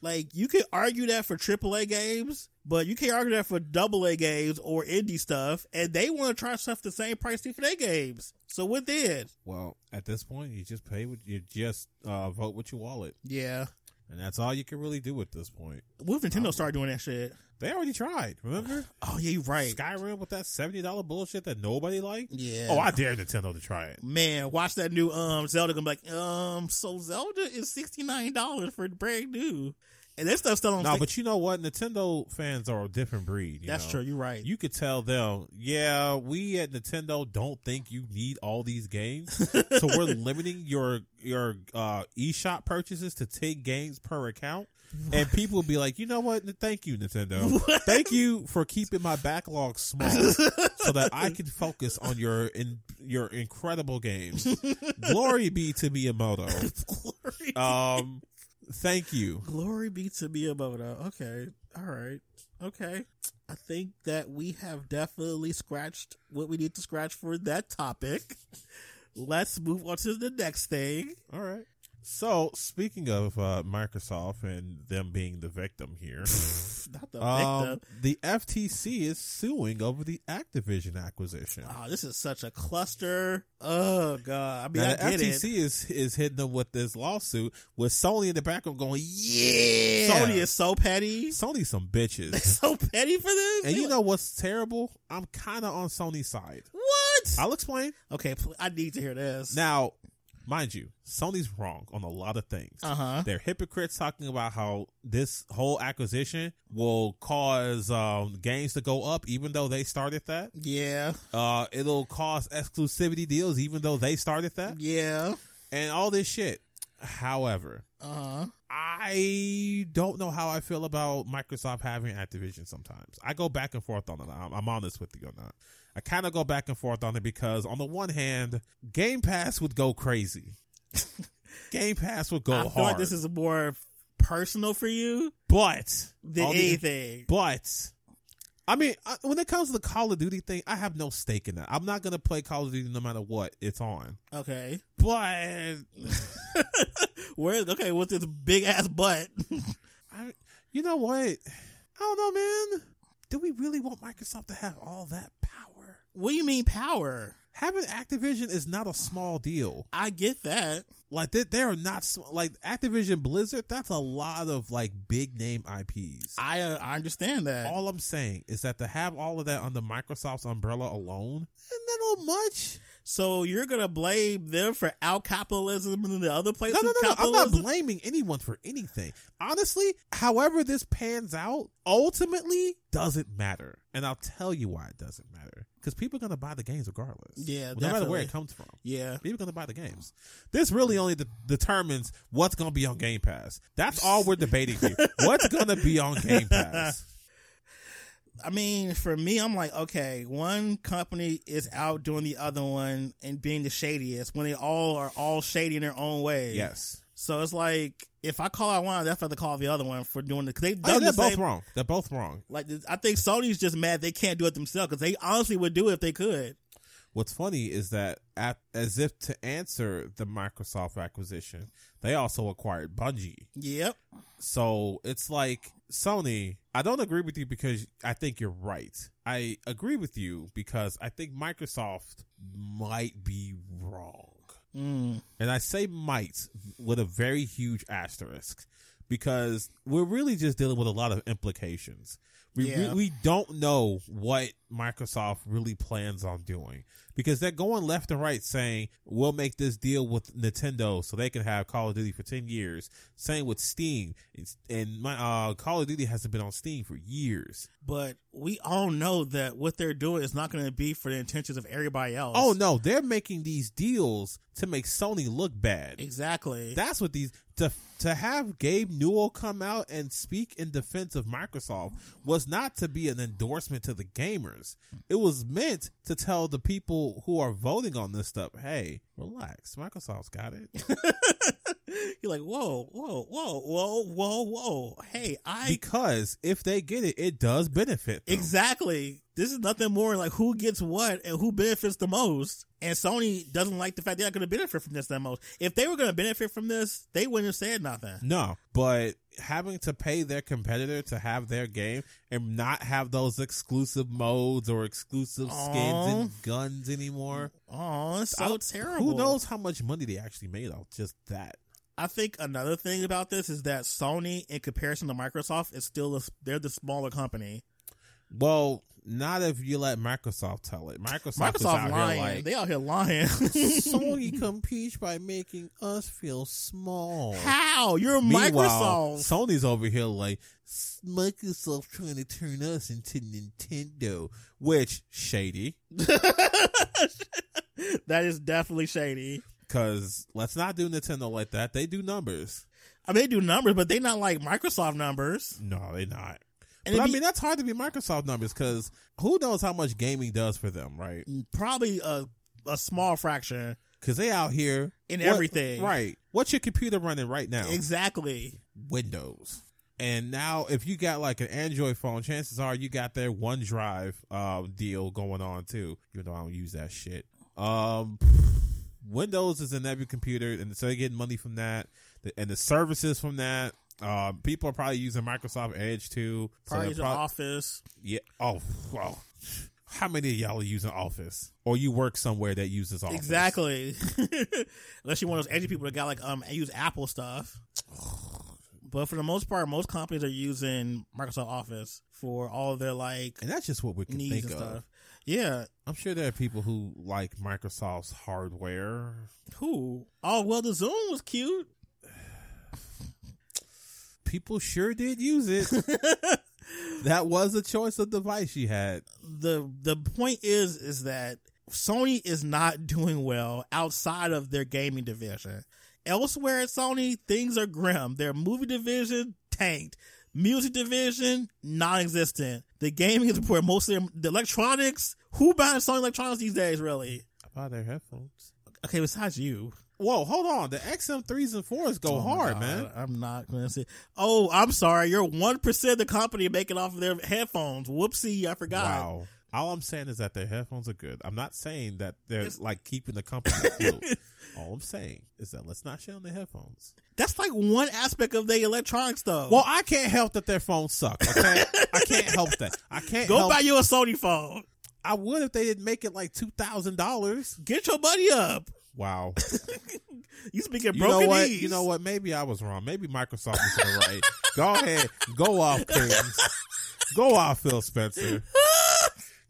[SPEAKER 3] Like you could argue that for AAA games, but you can't argue that for AA games or indie stuff, and they want to try stuff the same price too for their games. So what then?
[SPEAKER 2] Well, at this point, you just pay. With, you just uh, vote with your wallet,
[SPEAKER 3] Yeah,
[SPEAKER 2] and that's all you can really do at this point.
[SPEAKER 3] what if Nintendo started doing that shit?
[SPEAKER 2] They already tried. Remember
[SPEAKER 3] Oh yeah, you're right.
[SPEAKER 2] Skyrim with that seventy dollar bullshit that nobody liked.
[SPEAKER 3] yeah.
[SPEAKER 2] Oh, I dare Nintendo to try it.
[SPEAKER 3] man, watch that new um Zelda. Gonna be like, um, so Zelda is sixty nine dollars for brand new, and that stuff's still on.
[SPEAKER 2] No,
[SPEAKER 3] sale.
[SPEAKER 2] but you know what? Nintendo fans are a different breed. you
[SPEAKER 3] that's
[SPEAKER 2] know?
[SPEAKER 3] true. You're right.
[SPEAKER 2] You could tell them, yeah, we at Nintendo don't think you need all these games, so we're limiting your your uh, eShop purchases to ten games per account. And people will be like, you know what? Thank you, Nintendo.
[SPEAKER 3] What?
[SPEAKER 2] Thank you for keeping my backlog small, so that I can focus on your in, your incredible games. Glory be to Miyamoto.
[SPEAKER 3] Glory,
[SPEAKER 2] Um, thank you.
[SPEAKER 3] glory be to Miyamoto. Okay, all right, okay. I think that we have definitely scratched what we need to scratch for that topic. Let's move on to the next thing.
[SPEAKER 2] All right. So speaking of uh, Microsoft and them being the victim here.
[SPEAKER 3] Not the
[SPEAKER 2] Um,
[SPEAKER 3] victim.
[SPEAKER 2] the FTC is suing over the Activision acquisition.
[SPEAKER 3] Oh, this is such a cluster. Oh god, I mean,
[SPEAKER 2] Now,
[SPEAKER 3] I
[SPEAKER 2] the
[SPEAKER 3] get it.
[SPEAKER 2] FTC is is hitting them with this lawsuit with Sony in the background going, "Yeah,
[SPEAKER 3] Sony is so petty.
[SPEAKER 2] Sony's some
[SPEAKER 3] They're
[SPEAKER 2] bitches."
[SPEAKER 3] so petty for this.
[SPEAKER 2] and
[SPEAKER 3] They
[SPEAKER 2] you
[SPEAKER 3] like-
[SPEAKER 2] know what's terrible? I'm kind of on Sony's side.
[SPEAKER 3] what?
[SPEAKER 2] I'll explain.
[SPEAKER 3] okay, pl- I need to hear this.
[SPEAKER 2] Now, mind you, Sony's wrong on a lot of things.
[SPEAKER 3] uh huh.
[SPEAKER 2] They're hypocrites talking about how this whole acquisition will cause um, gains to go up, even though they started that.
[SPEAKER 3] Yeah,
[SPEAKER 2] Uh, it'll cost exclusivity deals, even though they started that,
[SPEAKER 3] yeah.
[SPEAKER 2] and all this shit. However,
[SPEAKER 3] Uh huh.
[SPEAKER 2] I don't know how I feel about Microsoft having Activision. Sometimes I go back and forth on it. I'm, I'm honest with you or not. I kind of go back and forth on it because, on the one hand, Game Pass would go crazy. Game Pass would go
[SPEAKER 3] I feel
[SPEAKER 2] Oh, hard.
[SPEAKER 3] like this is more personal for you
[SPEAKER 2] but
[SPEAKER 3] than
[SPEAKER 2] on the-
[SPEAKER 3] anything.
[SPEAKER 2] But I mean, I, when it comes to the Call of Duty thing, I have no stake in that. I'm not gonna play Call of Duty no matter what it's on.
[SPEAKER 3] okay.
[SPEAKER 2] But
[SPEAKER 3] Where is okay with this big ass butt?
[SPEAKER 2] I, you know what? I don't know, man. Do we really want Microsoft to have all that power?
[SPEAKER 3] what do you mean power?
[SPEAKER 2] Having Activision is not a small deal.
[SPEAKER 3] I get that.
[SPEAKER 2] Like they, they are not sm- like Activision Blizzard. That's a lot of like big name IPs.
[SPEAKER 3] I uh, I understand that.
[SPEAKER 2] all I'm saying is that to have all of that under Microsoft's umbrella alone, isn't that all much?
[SPEAKER 3] So you're gonna blame them for out capitalism and the other place?
[SPEAKER 2] No, no, no, no. I'm not blaming anyone for anything. Honestly, however this pans out, ultimately doesn't matter. And I'll tell you why it doesn't matter. Because people are going to buy the games regardless.
[SPEAKER 3] Yeah,
[SPEAKER 2] No matter where
[SPEAKER 3] definitely.
[SPEAKER 2] it comes from.
[SPEAKER 3] Yeah,
[SPEAKER 2] People are going to buy the games. This really only de- determines what's going to be on Game Pass. That's all we're debating here. what's going to be on Game Pass?
[SPEAKER 3] I mean, for me, I'm like, okay, one company is out doing the other one and being the shadiest when they all are all shady in their own way.
[SPEAKER 2] Yes.
[SPEAKER 3] So it's like if I call out one, that's have to call the other one for doing the. 'cause They've
[SPEAKER 2] Oh, yeah,
[SPEAKER 3] done
[SPEAKER 2] they're
[SPEAKER 3] the
[SPEAKER 2] both
[SPEAKER 3] same.
[SPEAKER 2] wrong. They're both wrong.
[SPEAKER 3] Like I think Sony's just mad they can't do it themselves because they honestly would do it if they could.
[SPEAKER 2] What's funny is that at, as if to answer the Microsoft acquisition, they also acquired Bungie.
[SPEAKER 3] Yep.
[SPEAKER 2] So it's like Sony, I don't agree with you because I think you're right. I agree with you because I think Microsoft might be wrong.
[SPEAKER 3] Mm.
[SPEAKER 2] And I say might with a very huge asterisk because we're really just dealing with a lot of implications. We, we-
[SPEAKER 3] Yeah.
[SPEAKER 2] we, don't know what Microsoft really plans on doing because they're going left and right saying, we'll make this deal with Nintendo so they can have Call of Duty for 10 years. Same with Steam. It's, and my uh, Call of Duty hasn't been on Steam for years.
[SPEAKER 3] But we all know that what they're doing is not going to be for the intentions of everybody else.
[SPEAKER 2] Oh, no, they're making these deals to make Sony look bad.
[SPEAKER 3] exactly.
[SPEAKER 2] That's what these to to have Gabe Newell come out and speak in defense of Microsoft was not to be an endorsement to the gamers. It was meant to tell the people who are voting on this stuff, hey, relax, Microsoft's got it.
[SPEAKER 3] You're like, whoa, whoa, whoa, whoa, whoa, whoa. Hey, I
[SPEAKER 2] Because if they get it, it does benefit. them.
[SPEAKER 3] exactly. This is nothing more like who gets what and who benefits the most. And Sony doesn't like the fact they're not going to benefit from this the most. If they were going to benefit from this, they wouldn't have said nothing.
[SPEAKER 2] No, but having to pay their competitor to have their game and not have those exclusive modes or exclusive skins
[SPEAKER 3] Aw.
[SPEAKER 2] and guns anymore.
[SPEAKER 3] Oh, it's
[SPEAKER 2] I
[SPEAKER 3] so
[SPEAKER 2] don't-
[SPEAKER 3] terrible.
[SPEAKER 2] Who knows how much money they actually made off just that?
[SPEAKER 3] I think another thing about this is that Sony, in comparison to Microsoft, is still a, they're the smaller company.
[SPEAKER 2] Well, not if you let Microsoft tell it. Microsoft, is
[SPEAKER 3] Microsoft
[SPEAKER 2] out
[SPEAKER 3] lying.
[SPEAKER 2] here like
[SPEAKER 3] they out here lying.
[SPEAKER 2] Sony competes by making us feel small.
[SPEAKER 3] How you're
[SPEAKER 2] Meanwhile,
[SPEAKER 3] Microsoft?
[SPEAKER 2] Sony's over here like "S- Microsoft trying to turn us into Nintendo, which shady.
[SPEAKER 3] that is definitely shady.
[SPEAKER 2] Because let's not do Nintendo like that. They do numbers.
[SPEAKER 3] I mean, they do numbers, but they not like Microsoft numbers.
[SPEAKER 2] No, they not. but
[SPEAKER 3] And
[SPEAKER 2] I
[SPEAKER 3] it'd be-
[SPEAKER 2] mean, that's hard to be Microsoft numbers because who knows how much gaming does for them, right?
[SPEAKER 3] Probably a a small fraction
[SPEAKER 2] Because they out here
[SPEAKER 3] in
[SPEAKER 2] What-
[SPEAKER 3] everything.
[SPEAKER 2] Right. What's your computer running right now?
[SPEAKER 3] Exactly.
[SPEAKER 2] Windows. And now, if you got like an Android phone, chances are you got their OneDrive uh, deal going on too. Even though I don't use that shit. Um, Windows is in every computer, and so they're getting money from that, the- and the services from that. Um, people are probably using Microsoft Edge too. So
[SPEAKER 3] Probably
[SPEAKER 2] they're
[SPEAKER 3] use
[SPEAKER 2] prob-
[SPEAKER 3] Office.
[SPEAKER 2] yeah. Oh, wow. How many of y'all are using Office, or you work somewhere that uses Office?
[SPEAKER 3] Exactly. Unless you're one of those edgy people that got like um use Apple stuff. But for the most part, most companies are using Microsoft Office for all of their like
[SPEAKER 2] And that's just what we can
[SPEAKER 3] needs
[SPEAKER 2] think
[SPEAKER 3] and
[SPEAKER 2] of.
[SPEAKER 3] stuff. Yeah.
[SPEAKER 2] I'm sure there are people who like Microsoft's hardware.
[SPEAKER 3] Who? Oh well, the Zoom was cute.
[SPEAKER 2] People sure did use it. that was a choice of device you had.
[SPEAKER 3] the the point is is that Sony is not doing well outside of their gaming division. Elsewhere at Sony, things are grim. Their movie division tanked. Music division non-existent. The gaming is where mostly the electronics. Who buying Sony electronics these days? Really?
[SPEAKER 2] I bought their headphones.
[SPEAKER 3] Okay, besides you.
[SPEAKER 2] Whoa, hold on. The XM3s and 4s go
[SPEAKER 3] Oh my
[SPEAKER 2] hard,
[SPEAKER 3] God,
[SPEAKER 2] man.
[SPEAKER 3] I'm not gonna say. Oh, I'm sorry. You're one percent of the company making off of their headphones. Whoopsie, I forgot.
[SPEAKER 2] Wow. All I'm saying is that their headphones are good. I'm not saying that they're
[SPEAKER 3] It's-
[SPEAKER 2] like keeping the company afloat. All I'm saying is that let's not shit on the headphones.
[SPEAKER 3] That's like one aspect of the electronics, though.
[SPEAKER 2] Well, I can't help that their phones suck. Okay, I can't help that. I can't.
[SPEAKER 3] Go
[SPEAKER 2] help.
[SPEAKER 3] buy you a Sony phone.
[SPEAKER 2] I would if they didn't make it like two thousand dollars.
[SPEAKER 3] Get your money up.
[SPEAKER 2] Wow.
[SPEAKER 3] You speaking
[SPEAKER 2] You
[SPEAKER 3] broken
[SPEAKER 2] know what?
[SPEAKER 3] knees.
[SPEAKER 2] You know what? Maybe I was wrong. Maybe Microsoft was in the right. Go ahead. Go off, Kings. Go off, Phil Spencer.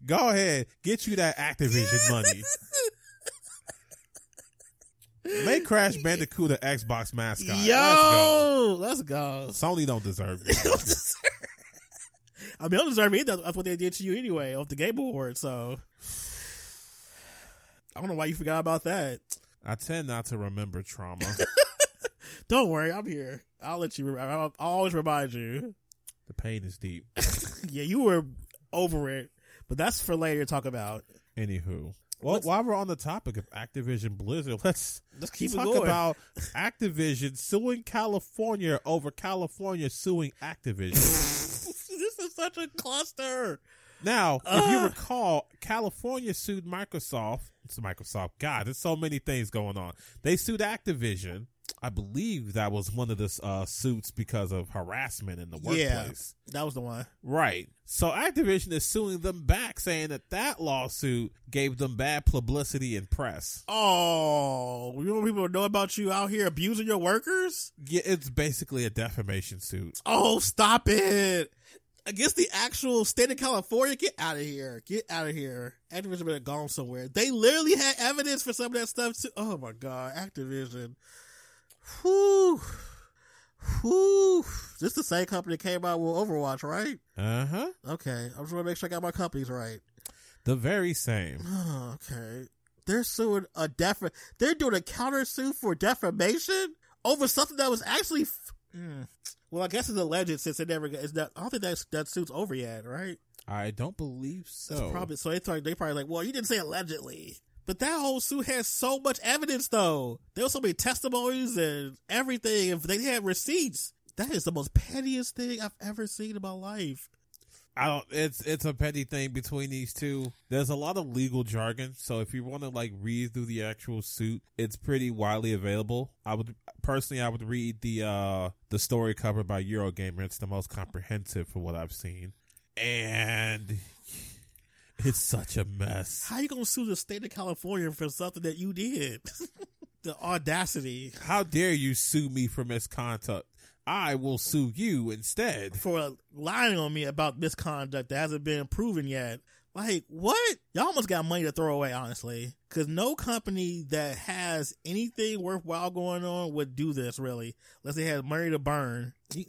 [SPEAKER 2] Go ahead. Get you that Activision money. Make Crash Bandicoot the Xbox mascot. Let's go.
[SPEAKER 3] Yo, let's go.
[SPEAKER 2] Sony don't deserve it.
[SPEAKER 3] I mean, I don't deserve it. That's what they did to you anyway off the game award. So I don't know why you forgot about that.
[SPEAKER 2] I tend not to remember trauma.
[SPEAKER 3] Don't worry, I'm here. I'll let you. Remember. I'll, I'll always remind you.
[SPEAKER 2] the pain is deep.
[SPEAKER 3] Yeah, you were over it, but that's for later to talk about.
[SPEAKER 2] Anywho, well,
[SPEAKER 3] Let's-
[SPEAKER 2] while we're on the topic of Activision Blizzard, let's
[SPEAKER 3] Let's keep
[SPEAKER 2] talk
[SPEAKER 3] it going.
[SPEAKER 2] about Activision suing California over California suing Activision.
[SPEAKER 3] this is such a cluster.
[SPEAKER 2] now, if you
[SPEAKER 3] Ugh.
[SPEAKER 2] recall, California sued Microsoft. It's Microsoft. God, there's so many things going on. They sued Activision. I believe that was one of the uh, suits because of harassment in the
[SPEAKER 3] Yeah.
[SPEAKER 2] workplace.
[SPEAKER 3] That was the one.
[SPEAKER 2] Right. So Activision is suing them back, saying that that lawsuit gave them bad publicity and press.
[SPEAKER 3] Oh, you want people to know about you out here abusing your workers?
[SPEAKER 2] Yeah, it's basically a defamation suit.
[SPEAKER 3] Oh, stop it. Against the actual state of California, get out of here. Get out of here. Activision would have gone somewhere. They literally had evidence for some of that stuff too. Oh my god, Activision. Whew. Whew. This the same company that came out with Overwatch, right?
[SPEAKER 2] Uh huh.
[SPEAKER 3] Okay. I'm just gonna make sure I got my companies right.
[SPEAKER 2] The very same.
[SPEAKER 3] Oh, okay. They're suing a def. They're doing a countersuit for defamation over something that was actually. F- Mm. Well, I guess it's alleged since it never. It's not, I don't think that's, that suit's over yet, right?
[SPEAKER 2] I don't believe
[SPEAKER 3] That's
[SPEAKER 2] so.
[SPEAKER 3] probably so. They thought they probably like, well, you didn't say allegedly, but that whole suit has so much evidence though. There was so many testimonies and everything. If they had receipts, that is the most pettiest thing I've ever seen in my life.
[SPEAKER 2] I don't. It's it's a petty thing between these two. There's a lot of legal jargon, so if you want to like read through the actual suit, it's pretty widely available. I would personally, I would read the uh the story covered by Eurogamer. It's the most comprehensive for what I've seen, and it's such a mess.
[SPEAKER 3] How you gonna sue the state of California for something that you did? the audacity.
[SPEAKER 2] How dare you sue me for misconduct? I will sue you instead.
[SPEAKER 3] for lying on me about misconduct that hasn't been proven yet. Like, what? Y'all almost got money to throw away, honestly. Because no company that has anything worthwhile going on would do this, really. Unless they had money to burn. You-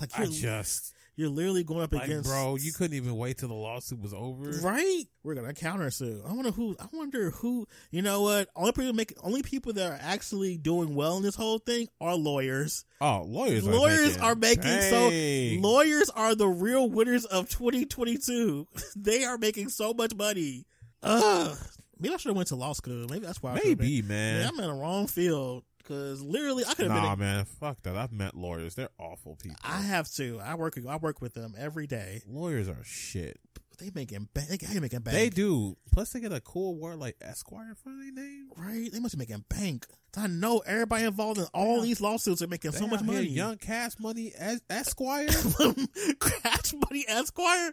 [SPEAKER 3] Like,
[SPEAKER 2] I
[SPEAKER 3] you're,
[SPEAKER 2] just
[SPEAKER 3] you're literally going up
[SPEAKER 2] like,
[SPEAKER 3] against.
[SPEAKER 2] bro, you couldn't even wait till the lawsuit was over.
[SPEAKER 3] Right, we're gonna counter sue. I wonder who. I wonder who. You know what? Only people make only people that are actually doing well in this whole thing are lawyers.
[SPEAKER 2] Oh, lawyers!
[SPEAKER 3] Lawyers are
[SPEAKER 2] are making,
[SPEAKER 3] making so-
[SPEAKER 2] Dang.
[SPEAKER 3] Lawyers are the real winners of 2022. they are making so much money. Ugh. Maybe I should have went to law school. Maybe that's why. I should've
[SPEAKER 2] Maybe,
[SPEAKER 3] been- Man,
[SPEAKER 2] man.
[SPEAKER 3] I'm in the wrong field because literally I could have been.
[SPEAKER 2] Nah,
[SPEAKER 3] A,
[SPEAKER 2] man. Fuck that. I've met lawyers. They're awful people.
[SPEAKER 3] I have to. I work. I work with them every day.
[SPEAKER 2] lawyers are shit.
[SPEAKER 3] They making bank. They gotta be making bank.
[SPEAKER 2] They do. Plus, they get a cool word like Esquire in front of their name.
[SPEAKER 3] right. They must be making bank. I know everybody involved in all
[SPEAKER 2] Yeah.
[SPEAKER 3] these lawsuits are making
[SPEAKER 2] They
[SPEAKER 3] so much
[SPEAKER 2] out here,
[SPEAKER 3] money.
[SPEAKER 2] Young cash money as Esquire.
[SPEAKER 3] Cash Money Esquire.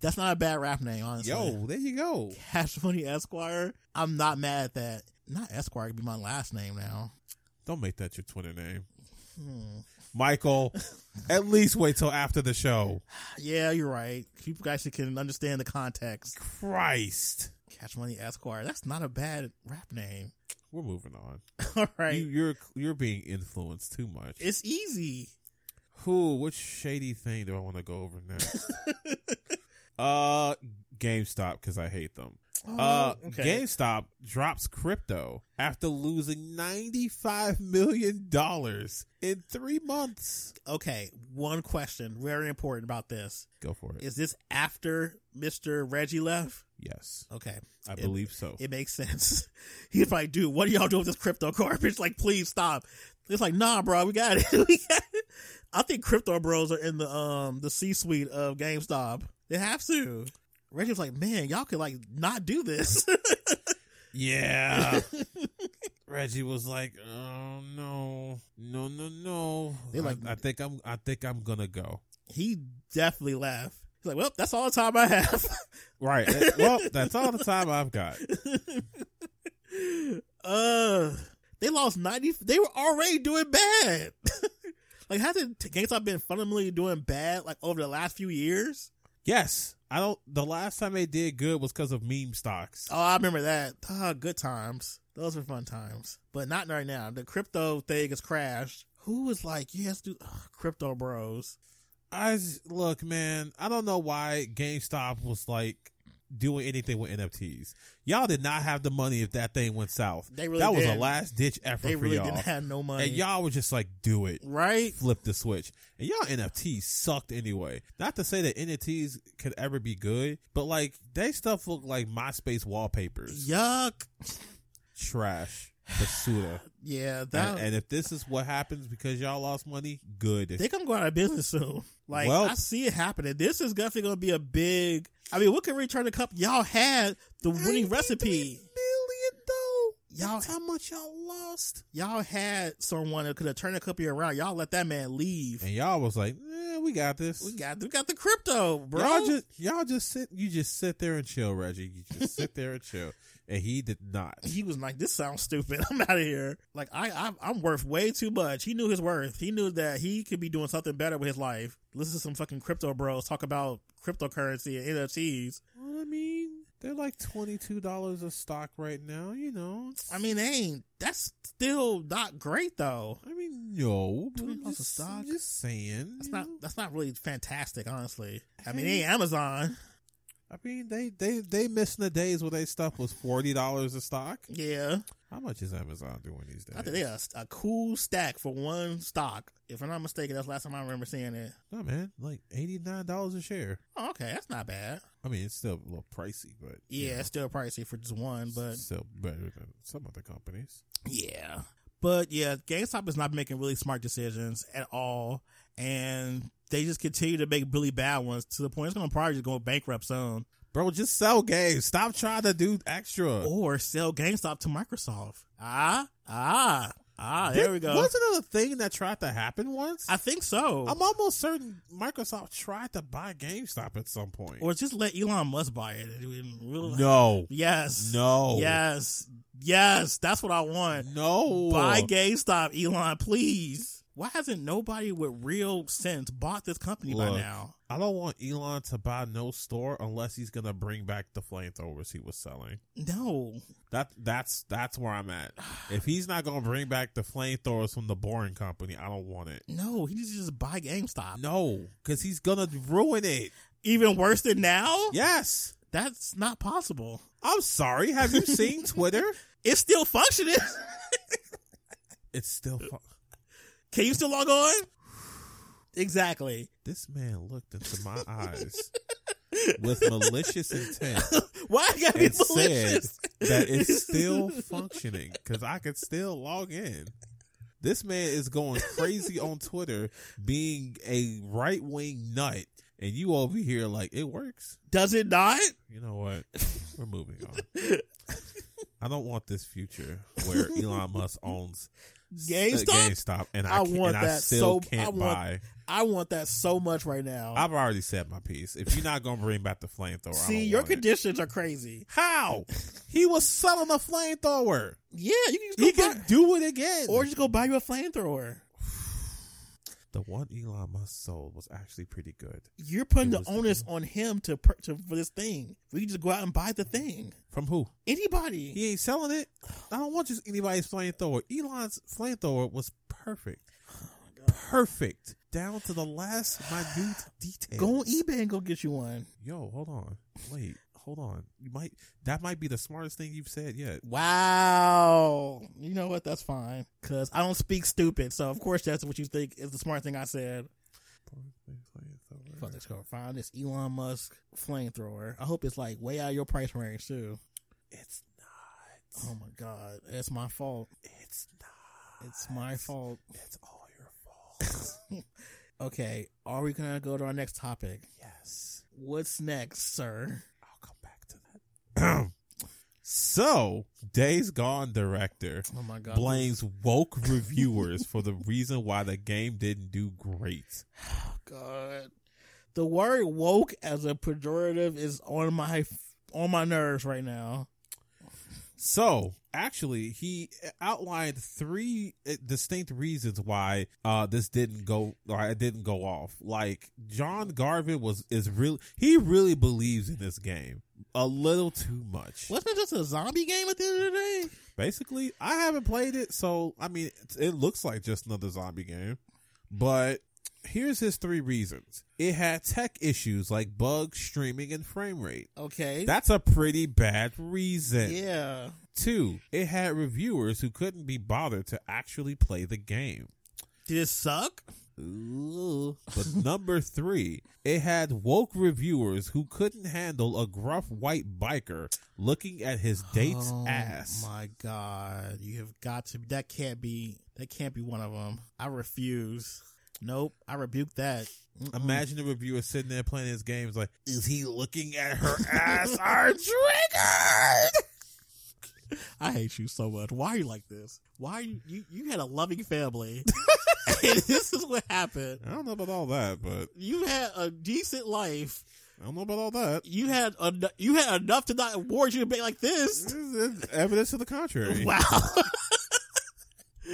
[SPEAKER 3] That's not a bad rap name, honestly.
[SPEAKER 2] Yo, there you go.
[SPEAKER 3] Cash Money Esquire. I'm not mad at that. Not Esquire could be my last name now.
[SPEAKER 2] Don't make that your Twitter name,
[SPEAKER 3] Hmm.
[SPEAKER 2] Michael. at least wait till after the show.
[SPEAKER 3] Yeah, you're right. You guys can understand the context.
[SPEAKER 2] Christ.
[SPEAKER 3] Cash Money Esquire. That's not a bad rap name.
[SPEAKER 2] We're moving on.
[SPEAKER 3] All right.
[SPEAKER 2] You, you're you're being influenced too much.
[SPEAKER 3] it's easy.
[SPEAKER 2] Who? Which shady thing do I want to go over next? uh, GameStop because I hate them.
[SPEAKER 3] Oh,
[SPEAKER 2] Uh, GameStop drops crypto after losing ninety-five million dollars in three months.
[SPEAKER 3] okay. One question, very important about this.
[SPEAKER 2] Go for it.
[SPEAKER 3] Is this after Mr. Reggie left?
[SPEAKER 2] yes,
[SPEAKER 3] Okay.
[SPEAKER 2] I
[SPEAKER 3] it-
[SPEAKER 2] believe so.
[SPEAKER 3] It makes sense. He's like, dude, what are y'all doing with this crypto garbage? Like, please stop. It's like, nah, bro, we got it. we got it. I think crypto bros are in the um the C suite of GameStop. They have to. Reggie was like, man, y'all could like not do this.
[SPEAKER 2] yeah. Reggie was like, "Oh no, no, no, no."
[SPEAKER 3] They
[SPEAKER 2] I-
[SPEAKER 3] like-
[SPEAKER 2] I, think I'm. I think I'm gonna go.
[SPEAKER 3] he definitely laughed. He's like, well, that's all the time I have.
[SPEAKER 2] Right. Eh, well, that's all the time I've got.
[SPEAKER 3] uh, they lost ninety. They were already doing bad. like, hasn't GameStop been fundamentally doing bad like over the last few years?
[SPEAKER 2] Yes, I don't. The last time they did good was because of meme stocks.
[SPEAKER 3] Oh, I remember that. Ah, good times. Those were fun times, but not right now. The crypto thing has crashed. Who was like, you have to do ugh, crypto bros?
[SPEAKER 2] I s- look, man. I don't know why GameStop was like doing anything with NFTs. Y'all did not have the money if that thing went south.
[SPEAKER 3] They really
[SPEAKER 2] that was a
[SPEAKER 3] didn't.
[SPEAKER 2] last ditch effort
[SPEAKER 3] They
[SPEAKER 2] for
[SPEAKER 3] really
[SPEAKER 2] y'all.
[SPEAKER 3] didn't have no money.
[SPEAKER 2] and y'all were just like, do it,
[SPEAKER 3] right?
[SPEAKER 2] flip the switch. And y'all NFTs sucked anyway. Not to say that NFTs could ever be good, but like they stuff looked like MySpace wallpapers,
[SPEAKER 3] Yuck.
[SPEAKER 2] trash, basura.
[SPEAKER 3] Yeah, that.
[SPEAKER 2] And, and if this is what happens because y'all lost money, good.
[SPEAKER 3] they gonna go out of business soon. Like
[SPEAKER 2] Well-
[SPEAKER 3] I see it happening. This is definitely gonna be a big. I mean, what can return the cup? Y'all had the winning recipe.
[SPEAKER 2] million though.
[SPEAKER 3] Y'all-
[SPEAKER 2] That's how much y'all lost?
[SPEAKER 3] Y'all had someone that could have turned the cup around. Y'all let that man leave.
[SPEAKER 2] And y'all was like, eh, we got this.
[SPEAKER 3] We got we got the crypto, bro.
[SPEAKER 2] Y'all just y'all just sit you just sit there and chill, Reggie. You just sit there and chill. And he did not.
[SPEAKER 3] he was like, "This sounds stupid. I'm out of here. Like I, I I'm worth way too much." He knew his worth. He knew that he could be doing something better with his life. Listen to some fucking crypto bros talk about cryptocurrency and NFTs.
[SPEAKER 2] Well, I mean, they're like twenty two dollars a stock right now, you know.
[SPEAKER 3] I mean, they ain't that's still not great though.
[SPEAKER 2] I mean, no. but
[SPEAKER 3] $20
[SPEAKER 2] I'm
[SPEAKER 3] a
[SPEAKER 2] just,
[SPEAKER 3] stock?
[SPEAKER 2] I'm just saying.
[SPEAKER 3] That's
[SPEAKER 2] you
[SPEAKER 3] not
[SPEAKER 2] know?
[SPEAKER 3] that's not really fantastic, honestly. I mean, it
[SPEAKER 2] Hey.
[SPEAKER 3] ain't Amazon.
[SPEAKER 2] I mean, they they they missing the days where they stuff was forty dollars a stock.
[SPEAKER 3] Yeah,
[SPEAKER 2] How much is Amazon doing these days?
[SPEAKER 3] I think they got a, a cool stack for one stock. If I'm not mistaken, that's the last time I remember seeing it.
[SPEAKER 2] no man, like eighty nine dollars a share.
[SPEAKER 3] Oh, okay, that's not bad.
[SPEAKER 2] I mean, it's still a little pricey, but you
[SPEAKER 3] Yeah,
[SPEAKER 2] know.
[SPEAKER 3] it's still pricey for just one, but
[SPEAKER 2] still better than some other companies.
[SPEAKER 3] yeah, but yeah, GameStop is not making really smart decisions at all, and they just continue to make really bad ones to the point it's going to probably just go bankrupt soon
[SPEAKER 2] Bro, just sell games. Stop trying to do extra.
[SPEAKER 3] or sell GameStop to Microsoft. Ah, ah, ah. There we go.
[SPEAKER 2] Wasn't it a thing that tried to happen once?
[SPEAKER 3] I think so.
[SPEAKER 2] I'm almost certain Microsoft tried to buy GameStop at some point.
[SPEAKER 3] or just let Elon Musk buy it. I mean, really-
[SPEAKER 2] no,
[SPEAKER 3] Yes.
[SPEAKER 2] no,
[SPEAKER 3] Yes. Yes. That's what I want.
[SPEAKER 2] no.
[SPEAKER 3] Buy GameStop, Elon, please. Why hasn't nobody with real sense bought this company by
[SPEAKER 2] Look.
[SPEAKER 3] now?
[SPEAKER 2] I don't want Elon to buy no store unless he's gonna bring back the flamethrowers he was selling.
[SPEAKER 3] No.
[SPEAKER 2] That that's that's where I'm at. If he's not gonna bring back the flamethrowers from the Boring Company, I don't want it.
[SPEAKER 3] No. He needs to just buy GameStop.
[SPEAKER 2] No, because he's gonna ruin it.
[SPEAKER 3] Even worse than now?
[SPEAKER 2] Yes.
[SPEAKER 3] That's not possible.
[SPEAKER 2] I'm sorry. Have you seen Twitter?
[SPEAKER 3] It's still functioning.
[SPEAKER 2] It's still. Fu-
[SPEAKER 3] Can you still log on? Exactly.
[SPEAKER 2] this man looked into my eyes with malicious intent
[SPEAKER 3] Why I gotta be
[SPEAKER 2] and said
[SPEAKER 3] malicious?
[SPEAKER 2] that it's still functioning because I could still log in. This man is going crazy on Twitter, being a right wing nut, and you over here like it works.
[SPEAKER 3] Does it not?
[SPEAKER 2] You know what? We're moving on. I don't want this future where Elon Musk owns
[SPEAKER 3] GameStop?
[SPEAKER 2] GameStop, and I,
[SPEAKER 3] I
[SPEAKER 2] can't,
[SPEAKER 3] want
[SPEAKER 2] and I
[SPEAKER 3] that
[SPEAKER 2] still
[SPEAKER 3] so- I
[SPEAKER 2] can't
[SPEAKER 3] want-
[SPEAKER 2] buy.
[SPEAKER 3] I want that so much right now.
[SPEAKER 2] I've already said my piece. If you're not gonna bring back the flamethrower, I
[SPEAKER 3] See,
[SPEAKER 2] don't
[SPEAKER 3] your
[SPEAKER 2] want it.
[SPEAKER 3] conditions are crazy.
[SPEAKER 2] How he was selling a flamethrower,
[SPEAKER 3] Yeah, you
[SPEAKER 2] he
[SPEAKER 3] can just go buy,
[SPEAKER 2] can do it again.
[SPEAKER 3] or just go buy you a flamethrower.
[SPEAKER 2] the one Elon Musk sold was actually pretty good.
[SPEAKER 3] You're
[SPEAKER 2] He
[SPEAKER 3] putting the
[SPEAKER 2] was the
[SPEAKER 3] onus on him to, per, to for this thing. We can just go out and buy the thing.
[SPEAKER 2] From who?
[SPEAKER 3] Anybody.
[SPEAKER 2] He ain't selling it. I don't want just anybody's flamethrower. Elon's flamethrower was perfect, perfect down to the last minute detail.
[SPEAKER 3] Go on eBay and go get you one.
[SPEAKER 2] Yo, hold on, wait, hold on. You might that might be the smartest thing you've said yet.
[SPEAKER 3] Wow. You know what? That's fine. Cause I don't speak stupid, so of course that's what you think is the smart thing I said. Fuck, let's go find this Elon Musk flamethrower. I hope it's like way out of your price range too.
[SPEAKER 2] It's not.
[SPEAKER 3] Oh my god, it's my fault.
[SPEAKER 2] It's not.
[SPEAKER 3] It's my fault.
[SPEAKER 2] It's all your fault.
[SPEAKER 3] Okay, are we gonna go to our next topic?
[SPEAKER 2] yes.
[SPEAKER 3] What's next, sir?
[SPEAKER 2] I'll come back to that. so, Days Gone director
[SPEAKER 3] Oh my god,
[SPEAKER 2] blames woke reviewers for the reason why the game didn't do great.
[SPEAKER 3] Oh god, the word "woke" as a pejorative is on my on my nerves right now.
[SPEAKER 2] So, actually, he outlined three uh, distinct reasons why uh, this didn't go, why it didn't go off. Like John Garvin was is really he really believes in this game, a little too much.
[SPEAKER 3] Wasn't it just a zombie game at the end of the day?
[SPEAKER 2] Basically, I haven't played it, so I mean, it's- it looks like just another zombie game. But here's his three reasons: it had tech issues like bugs, streaming, and frame rate.
[SPEAKER 3] Okay.
[SPEAKER 2] That's a pretty bad reason.
[SPEAKER 3] yeah.
[SPEAKER 2] Two, it had reviewers who couldn't be bothered to actually play the game.
[SPEAKER 3] Did it suck?
[SPEAKER 2] Ooh. But number three, it had woke reviewers who couldn't handle a gruff white biker looking at his date's
[SPEAKER 3] oh,
[SPEAKER 2] ass.
[SPEAKER 3] My God, you have got to. That can't be. That can't be one of them. I refuse. Nope. I rebuke that. Mm-mm.
[SPEAKER 2] Imagine the reviewer sitting there playing his games like, is he looking at her ass? Our triggered.
[SPEAKER 3] I hate you so much. Why are you like this? Why you? You, you had a loving family. and this is what happened.
[SPEAKER 2] I don't know about all that, but
[SPEAKER 3] You had a decent life.
[SPEAKER 2] I don't know about all that.
[SPEAKER 3] You had en- you had enough to not award you to be like this.
[SPEAKER 2] This is evidence to the contrary.
[SPEAKER 3] Wow.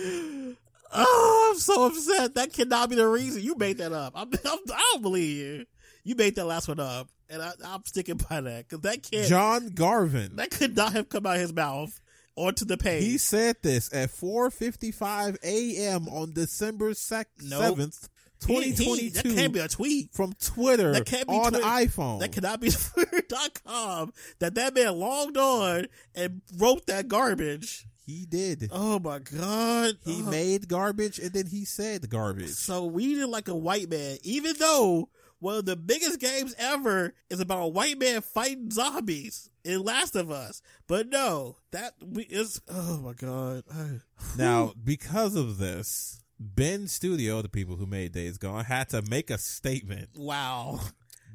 [SPEAKER 3] oh, I'm so upset. That cannot be the reason. You made that up. I'm, I'm, I don't believe you. You made that last one up, and I, I'm sticking by that because that can't.
[SPEAKER 2] John Garvin.
[SPEAKER 3] that could not have come out of his mouth onto the page.
[SPEAKER 2] He said this at 4:55 a.m. on December sec-
[SPEAKER 3] Nope.
[SPEAKER 2] 7th,
[SPEAKER 3] He- he- that
[SPEAKER 2] 2022
[SPEAKER 3] can't be a tweet.
[SPEAKER 2] from Twitter
[SPEAKER 3] That can't be
[SPEAKER 2] on
[SPEAKER 3] Twitter.
[SPEAKER 2] iPhone.
[SPEAKER 3] That cannot be Twitter.com. That that man logged on and wrote that garbage.
[SPEAKER 2] he did.
[SPEAKER 3] Oh my god.
[SPEAKER 2] He
[SPEAKER 3] Oh.
[SPEAKER 2] made garbage and then he said garbage.
[SPEAKER 3] So we did like a white man, even though one of the biggest games ever is about a white man fighting zombies in Last of Us. But no, that we is oh my god.
[SPEAKER 2] Now, because of this, Ben Studio, the people who made Days Gone, had to make a statement.
[SPEAKER 3] wow.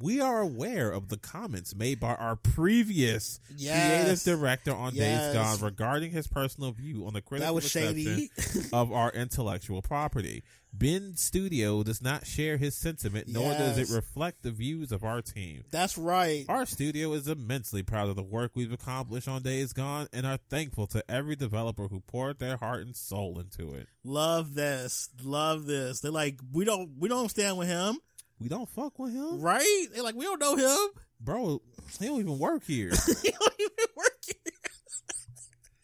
[SPEAKER 2] We are aware of the comments made by our previous
[SPEAKER 3] Yes.
[SPEAKER 2] creative director on Days
[SPEAKER 3] Yes.
[SPEAKER 2] Gone regarding his personal view on the critical
[SPEAKER 3] That was
[SPEAKER 2] reception
[SPEAKER 3] shady.
[SPEAKER 2] of our intellectual property. Bin Studio does not share his sentiment, nor
[SPEAKER 3] Yes.
[SPEAKER 2] does it reflect the views of our team.
[SPEAKER 3] That's right.
[SPEAKER 2] Our studio is immensely proud of the work we've accomplished on Days Gone and are thankful to every developer who poured their heart and soul into it.
[SPEAKER 3] Love this. Love this. They're like, we don't we don't stand with him,
[SPEAKER 2] We don't fuck with him.
[SPEAKER 3] right? They're like, we don't know him.
[SPEAKER 2] Bro, he don't even work here.
[SPEAKER 3] He don't even work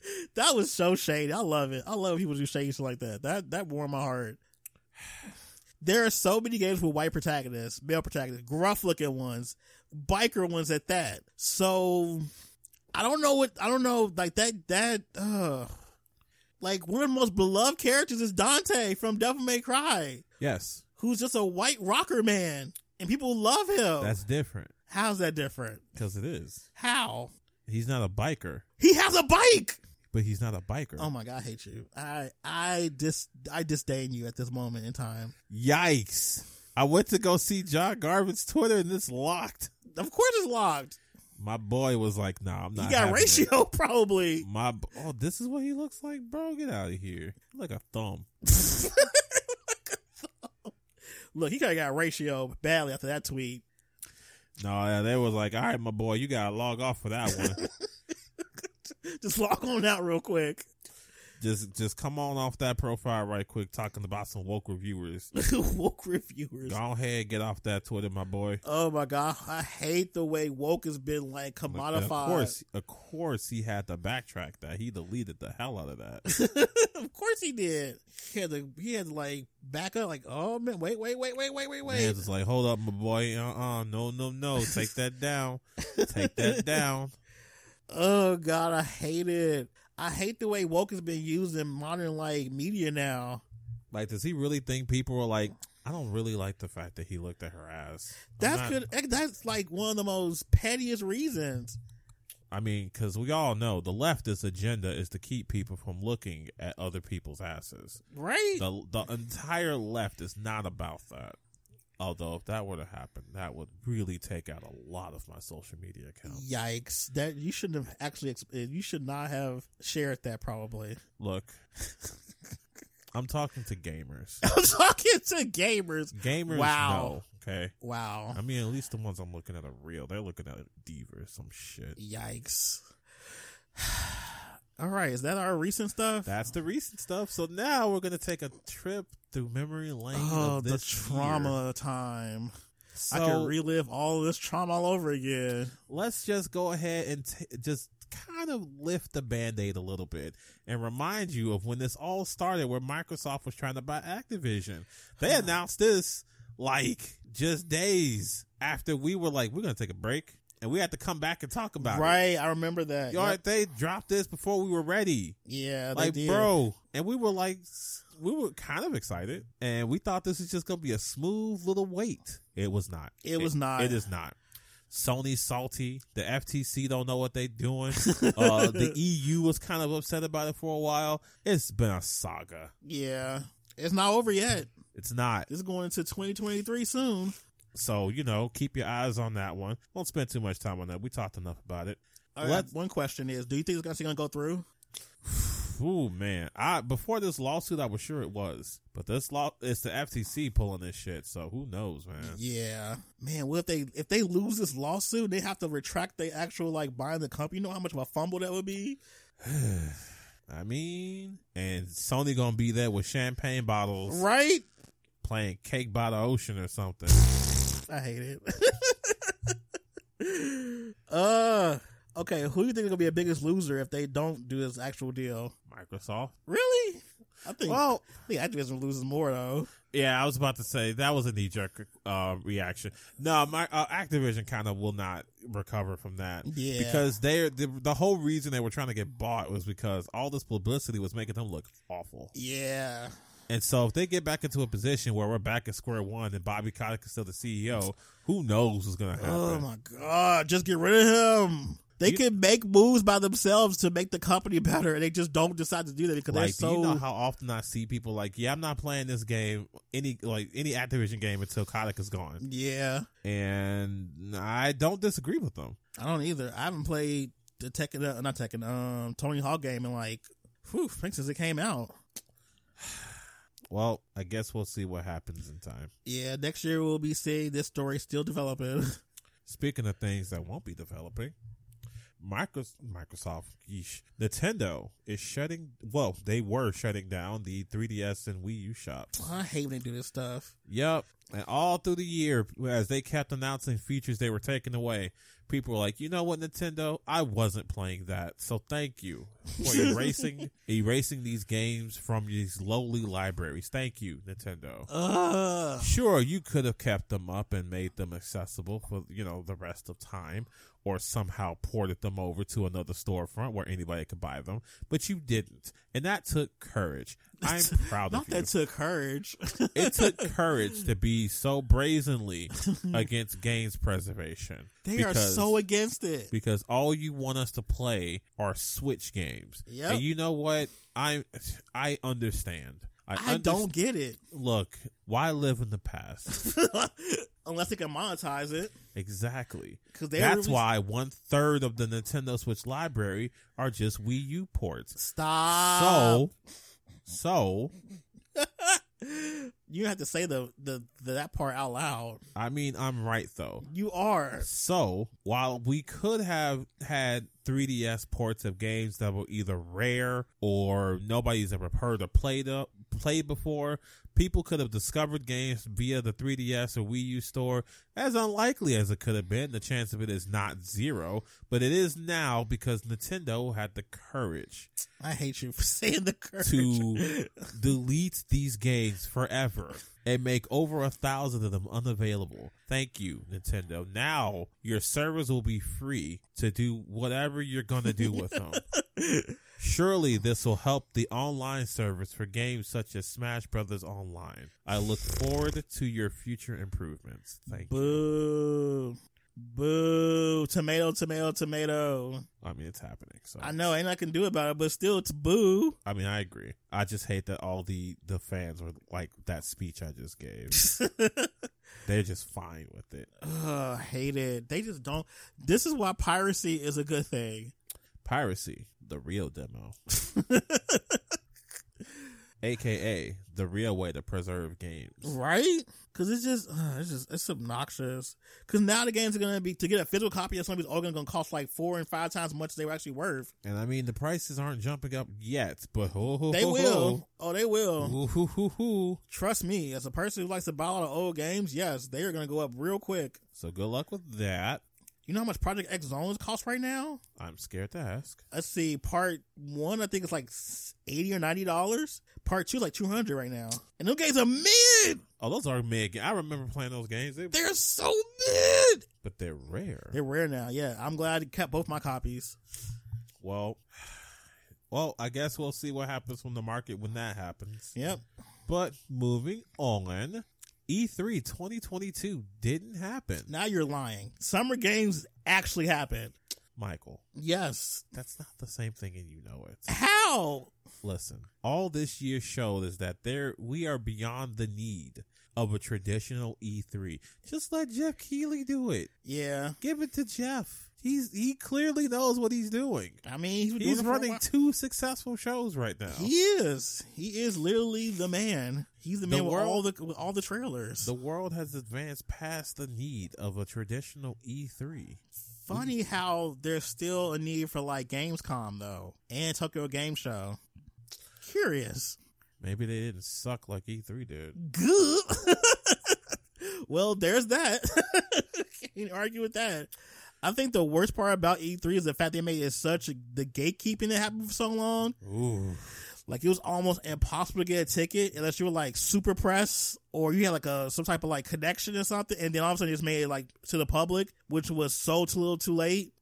[SPEAKER 3] here. that was so shady. I love it. I love when people do shady shit like that. That that warmed my heart. There are so many games with white protagonists, male protagonists, gruff looking ones, biker ones at that. So I don't know what I don't know like that that uh like one of the most beloved characters is Dante from Devil May Cry,
[SPEAKER 2] yes,
[SPEAKER 3] who's just a white rocker man and people love him.
[SPEAKER 2] that's different
[SPEAKER 3] How's that different?
[SPEAKER 2] because it is.
[SPEAKER 3] How?
[SPEAKER 2] He's not a biker,
[SPEAKER 3] He has a bike.
[SPEAKER 2] but he's not a biker.
[SPEAKER 3] Oh my god, I hate you. I I dis I disdain you at this moment in time.
[SPEAKER 2] Yikes. I went to go see John Garvin's Twitter and it's locked.
[SPEAKER 3] Of course it's logged.
[SPEAKER 2] My boy was like, "Nah, I'm
[SPEAKER 3] He
[SPEAKER 2] not."
[SPEAKER 3] got
[SPEAKER 2] having it.
[SPEAKER 3] ratio probably.
[SPEAKER 2] My b- oh, this is what he looks like, bro. Get out of here, like a thumb.
[SPEAKER 3] Look, he kinda got ratio badly after that tweet.
[SPEAKER 2] No, yeah, they was like, "All right, my boy, you gotta log off for that one.
[SPEAKER 3] Just log on out real quick.
[SPEAKER 2] just, just come on off that profile right quick." Talking about some woke reviewers.
[SPEAKER 3] woke reviewers.
[SPEAKER 2] Go ahead, get off that Twitter, my boy.
[SPEAKER 3] Oh my god. I hate the way woke has been like
[SPEAKER 2] I'm like,
[SPEAKER 3] commodified.
[SPEAKER 2] Of course, of course, he had to backtrack that. He deleted the hell out of that.
[SPEAKER 3] Of course he did. He had to he had to like back up like, oh man, wait, wait, wait, wait, wait, wait,
[SPEAKER 2] Wait.
[SPEAKER 3] wait.
[SPEAKER 2] Man's just like, hold up, my boy. Uh, uh no, no, no. Take that down. Take that down.
[SPEAKER 3] Oh God, I hate it. I hate the way woke has been used in modern like media now.
[SPEAKER 2] Like, does he really think people were like? I don't really like the fact that he looked at her ass. I'm
[SPEAKER 3] That's
[SPEAKER 2] not-
[SPEAKER 3] could that- that's like one of the most pettiest reasons.
[SPEAKER 2] I mean, because we all know the leftist agenda is to keep people from looking at other people's asses.
[SPEAKER 3] Right?
[SPEAKER 2] The the entire left is not about that. Although, if that were to happen, that would really take out a lot of my social media accounts.
[SPEAKER 3] Yikes. That you shouldn't have actually ex- eh, you should not have shared that probably.
[SPEAKER 2] Look, I'm talking to gamers.
[SPEAKER 3] I'm talking to gamers.
[SPEAKER 2] Gamers,
[SPEAKER 3] Wow.
[SPEAKER 2] wow. okay.
[SPEAKER 3] Wow.
[SPEAKER 2] I mean, at least the ones I'm looking at are real. They're looking at a diva or some shit.
[SPEAKER 3] Yikes. All right, is that our recent stuff?
[SPEAKER 2] That's the recent stuff. So now we're gonna take a trip through memory lane.
[SPEAKER 3] oh,
[SPEAKER 2] of
[SPEAKER 3] the
[SPEAKER 2] this year.
[SPEAKER 3] trauma time. I could
[SPEAKER 2] So-
[SPEAKER 3] relive all of this trauma all over again.
[SPEAKER 2] let's just go ahead and t- just kind of lift the band-aid a little bit and remind you of when this all started where microsoft was trying to buy activision they announced this like just days after we were like we're gonna take a break and we had to come back and talk about it
[SPEAKER 3] Right, I remember that.
[SPEAKER 2] Y'all,
[SPEAKER 3] Yep.
[SPEAKER 2] they dropped this before we were ready
[SPEAKER 3] Yeah, they
[SPEAKER 2] like
[SPEAKER 3] did.
[SPEAKER 2] bro and we were like s- we were kind of excited and we thought this was just gonna be a smooth little wait it was not
[SPEAKER 3] It was not.
[SPEAKER 2] it is not Sony's salty. The FTC don't know what they doing. uh, the EU was kind of upset about it for a while. It's been a saga.
[SPEAKER 3] Yeah, it's not over yet.
[SPEAKER 2] It's not.
[SPEAKER 3] It's going into 2023 soon.
[SPEAKER 2] So, you know, keep your eyes on that one. Don't spend too much time on that. We talked enough about it.
[SPEAKER 3] All right,
[SPEAKER 2] Let's-
[SPEAKER 3] one question is: Do you think it's actually going to go through?
[SPEAKER 2] Ooh, man. I before this lawsuit I was sure it was. But this law it's the FTC pulling this shit, so who knows, man.
[SPEAKER 3] Yeah, man. What if they if they lose this lawsuit, they have to retract the actual like buying the company. You know how much of a fumble that would be.
[SPEAKER 2] I mean and Sony gonna be there with champagne bottles
[SPEAKER 3] Right?
[SPEAKER 2] playing cake by the ocean or something.
[SPEAKER 3] I hate it. uh okay, who do you think is gonna be the biggest loser if they don't do this actual deal?
[SPEAKER 2] Microsoft.
[SPEAKER 3] Really? I think well,
[SPEAKER 2] Well,
[SPEAKER 3] I think Activision loses more though.
[SPEAKER 2] Yeah, I was about to say that was a knee jerk uh, reaction. No, my uh, Activision kind of will not recover from that.
[SPEAKER 3] Yeah.
[SPEAKER 2] because they are the, the whole reason they were trying to get bought was because all this publicity was making them look awful.
[SPEAKER 3] Yeah.
[SPEAKER 2] And so if they get back into a position where we're back at square one and Bobby Kotick is still the CEO, who knows what's going to happen?
[SPEAKER 3] Oh my god, just get rid of him. They
[SPEAKER 2] You-
[SPEAKER 3] can make moves by themselves to make the company better and they just don't decide to do that because
[SPEAKER 2] Like,
[SPEAKER 3] they're so
[SPEAKER 2] do you know how often I see people like, yeah, I'm not playing this game, any like any Activision game until Kotick is gone,
[SPEAKER 3] Yeah.
[SPEAKER 2] and I don't disagree with them.
[SPEAKER 3] I don't either. I haven't played the Tekken, uh, not Tekken, um, Tony Hawk game in like, whew, I think since it came out.
[SPEAKER 2] Well, I guess we'll see what happens in time.
[SPEAKER 3] Yeah, next year we'll be seeing this story still developing.
[SPEAKER 2] Speaking of things that won't be developing, Microsoft, Microsoft yeesh, Nintendo is shutting. Well, they were shutting down the 3DS and Wii U shops.
[SPEAKER 3] I hate when they do this stuff.
[SPEAKER 2] Yep, and all through the year, as they kept announcing features they were taking away, people were like, "You know what, Nintendo? I wasn't playing that, so thank you for erasing erasing these games from these lowly libraries. Thank you, Nintendo."
[SPEAKER 3] Ugh.
[SPEAKER 2] sure you could have kept them up and made them accessible for you know the rest of time or somehow ported them over to another storefront where anybody could buy them but you didn't and that took courage i'm proud
[SPEAKER 3] Not
[SPEAKER 2] of you
[SPEAKER 3] that took courage.
[SPEAKER 2] it took courage to be so brazenly against games preservation
[SPEAKER 3] they
[SPEAKER 2] because-
[SPEAKER 3] are so against it.
[SPEAKER 2] because all you want us to play are switch games
[SPEAKER 3] Yep.
[SPEAKER 2] and you know what i i understand i,
[SPEAKER 3] I
[SPEAKER 2] underst-
[SPEAKER 3] don't get it.
[SPEAKER 2] look why live in the past
[SPEAKER 3] Unless they can monetize it.
[SPEAKER 2] Exactly.
[SPEAKER 3] 'Cause they
[SPEAKER 2] That's
[SPEAKER 3] released-
[SPEAKER 2] why one third of the Nintendo Switch library are just Wii U ports.
[SPEAKER 3] Stop.
[SPEAKER 2] So, so
[SPEAKER 3] you have to say the, the, the that part out loud.
[SPEAKER 2] I mean, I'm right though.
[SPEAKER 3] You are.
[SPEAKER 2] So while we could have had 3DS ports of games that were either rare or nobody's ever heard or played up, played before, people could have discovered games via the 3DS or Wii U store. As unlikely as it could have been, the chance of it is not zero, but it is now because Nintendo had the courage
[SPEAKER 3] I hate you for saying the courage.
[SPEAKER 2] to delete these games forever and make over a thousand of them unavailable. Thank you, Nintendo. Now your servers will be free to do whatever you're going to do with them. Surely this will help the online service for games such as Smash Brothers Online. I look forward to your future improvements. Thank you.
[SPEAKER 3] Boo. Boo. Tomato, tomato, tomato.
[SPEAKER 2] I mean, it's happening. So
[SPEAKER 3] I know, ain't nothing I can do about it, but still, it's boo.
[SPEAKER 2] I mean, I agree. I just hate that all the the fans were like that speech I just gave. They're just fine with it.
[SPEAKER 3] Ugh, hate it. They just don't. This is why piracy is a good thing.
[SPEAKER 2] Piracy, the real demo. AKA the real way to preserve games.
[SPEAKER 3] Right? Cause it's just, uh, it's just, it's obnoxious. Cause now the games are gonna be to get a physical copy of something is all gonna, gonna cost like four and five times as much as they were actually worth.
[SPEAKER 2] And I mean, the prices aren't jumping up yet, but oh,
[SPEAKER 3] They
[SPEAKER 2] oh,
[SPEAKER 3] will. Oh, they
[SPEAKER 2] oh.
[SPEAKER 3] will.
[SPEAKER 2] Ooh, hoo, hoo, hoo.
[SPEAKER 3] Trust me, as a person who likes to buy a lot of old games, yes, they are gonna go up real quick.
[SPEAKER 2] So good luck with that.
[SPEAKER 3] You know how much Project X Zones cost right now?
[SPEAKER 2] I'm scared to ask.
[SPEAKER 3] Let's see, part one, I think it's like s- eighty or ninety dollars. Part two, is like two hundred right now. And those games are mid.
[SPEAKER 2] Oh, those are mid. I remember playing those games, they,
[SPEAKER 3] They're so mid.
[SPEAKER 2] but they're rare.
[SPEAKER 3] They're rare now. Yeah, I'm glad I kept both my copies.
[SPEAKER 2] well, well, I guess we'll see what happens when the market when that happens.
[SPEAKER 3] Yep.
[SPEAKER 2] But moving on, E E3 2022 didn't happen.
[SPEAKER 3] Now you're lying. Summer games actually happened.
[SPEAKER 2] Michael,
[SPEAKER 3] Yes.
[SPEAKER 2] that's not the same thing, and you know it.
[SPEAKER 3] How?
[SPEAKER 2] Listen, all this year showed is that there we are beyond the need of a traditional E3. Just let Jeff Keeley do it.
[SPEAKER 3] Yeah.
[SPEAKER 2] Give it to Jeff. He's he clearly knows what he's doing.
[SPEAKER 3] I mean, he's, been doing
[SPEAKER 2] He's
[SPEAKER 3] it for a
[SPEAKER 2] running
[SPEAKER 3] while.
[SPEAKER 2] two successful shows right now.
[SPEAKER 3] He is. He is literally the man. He's the
[SPEAKER 2] The
[SPEAKER 3] man with
[SPEAKER 2] world-
[SPEAKER 3] all the with all the trailers.
[SPEAKER 2] The world has advanced past the need of a traditional E E3.
[SPEAKER 3] Funny how there's still a need for like Gamescom though, and Tokyo Game Show. Curious.
[SPEAKER 2] Maybe they didn't suck like E3 did.
[SPEAKER 3] Good. well, there's that. Can't argue with that. I think the worst part about E3 is the fact they made it such the gatekeeping that happened for so long.
[SPEAKER 2] Ooh.
[SPEAKER 3] Like it was almost impossible to get a ticket unless you were like super press or you had like a some type of like connection or something, and then all of a sudden it's made it like to the public, which was so too little too late.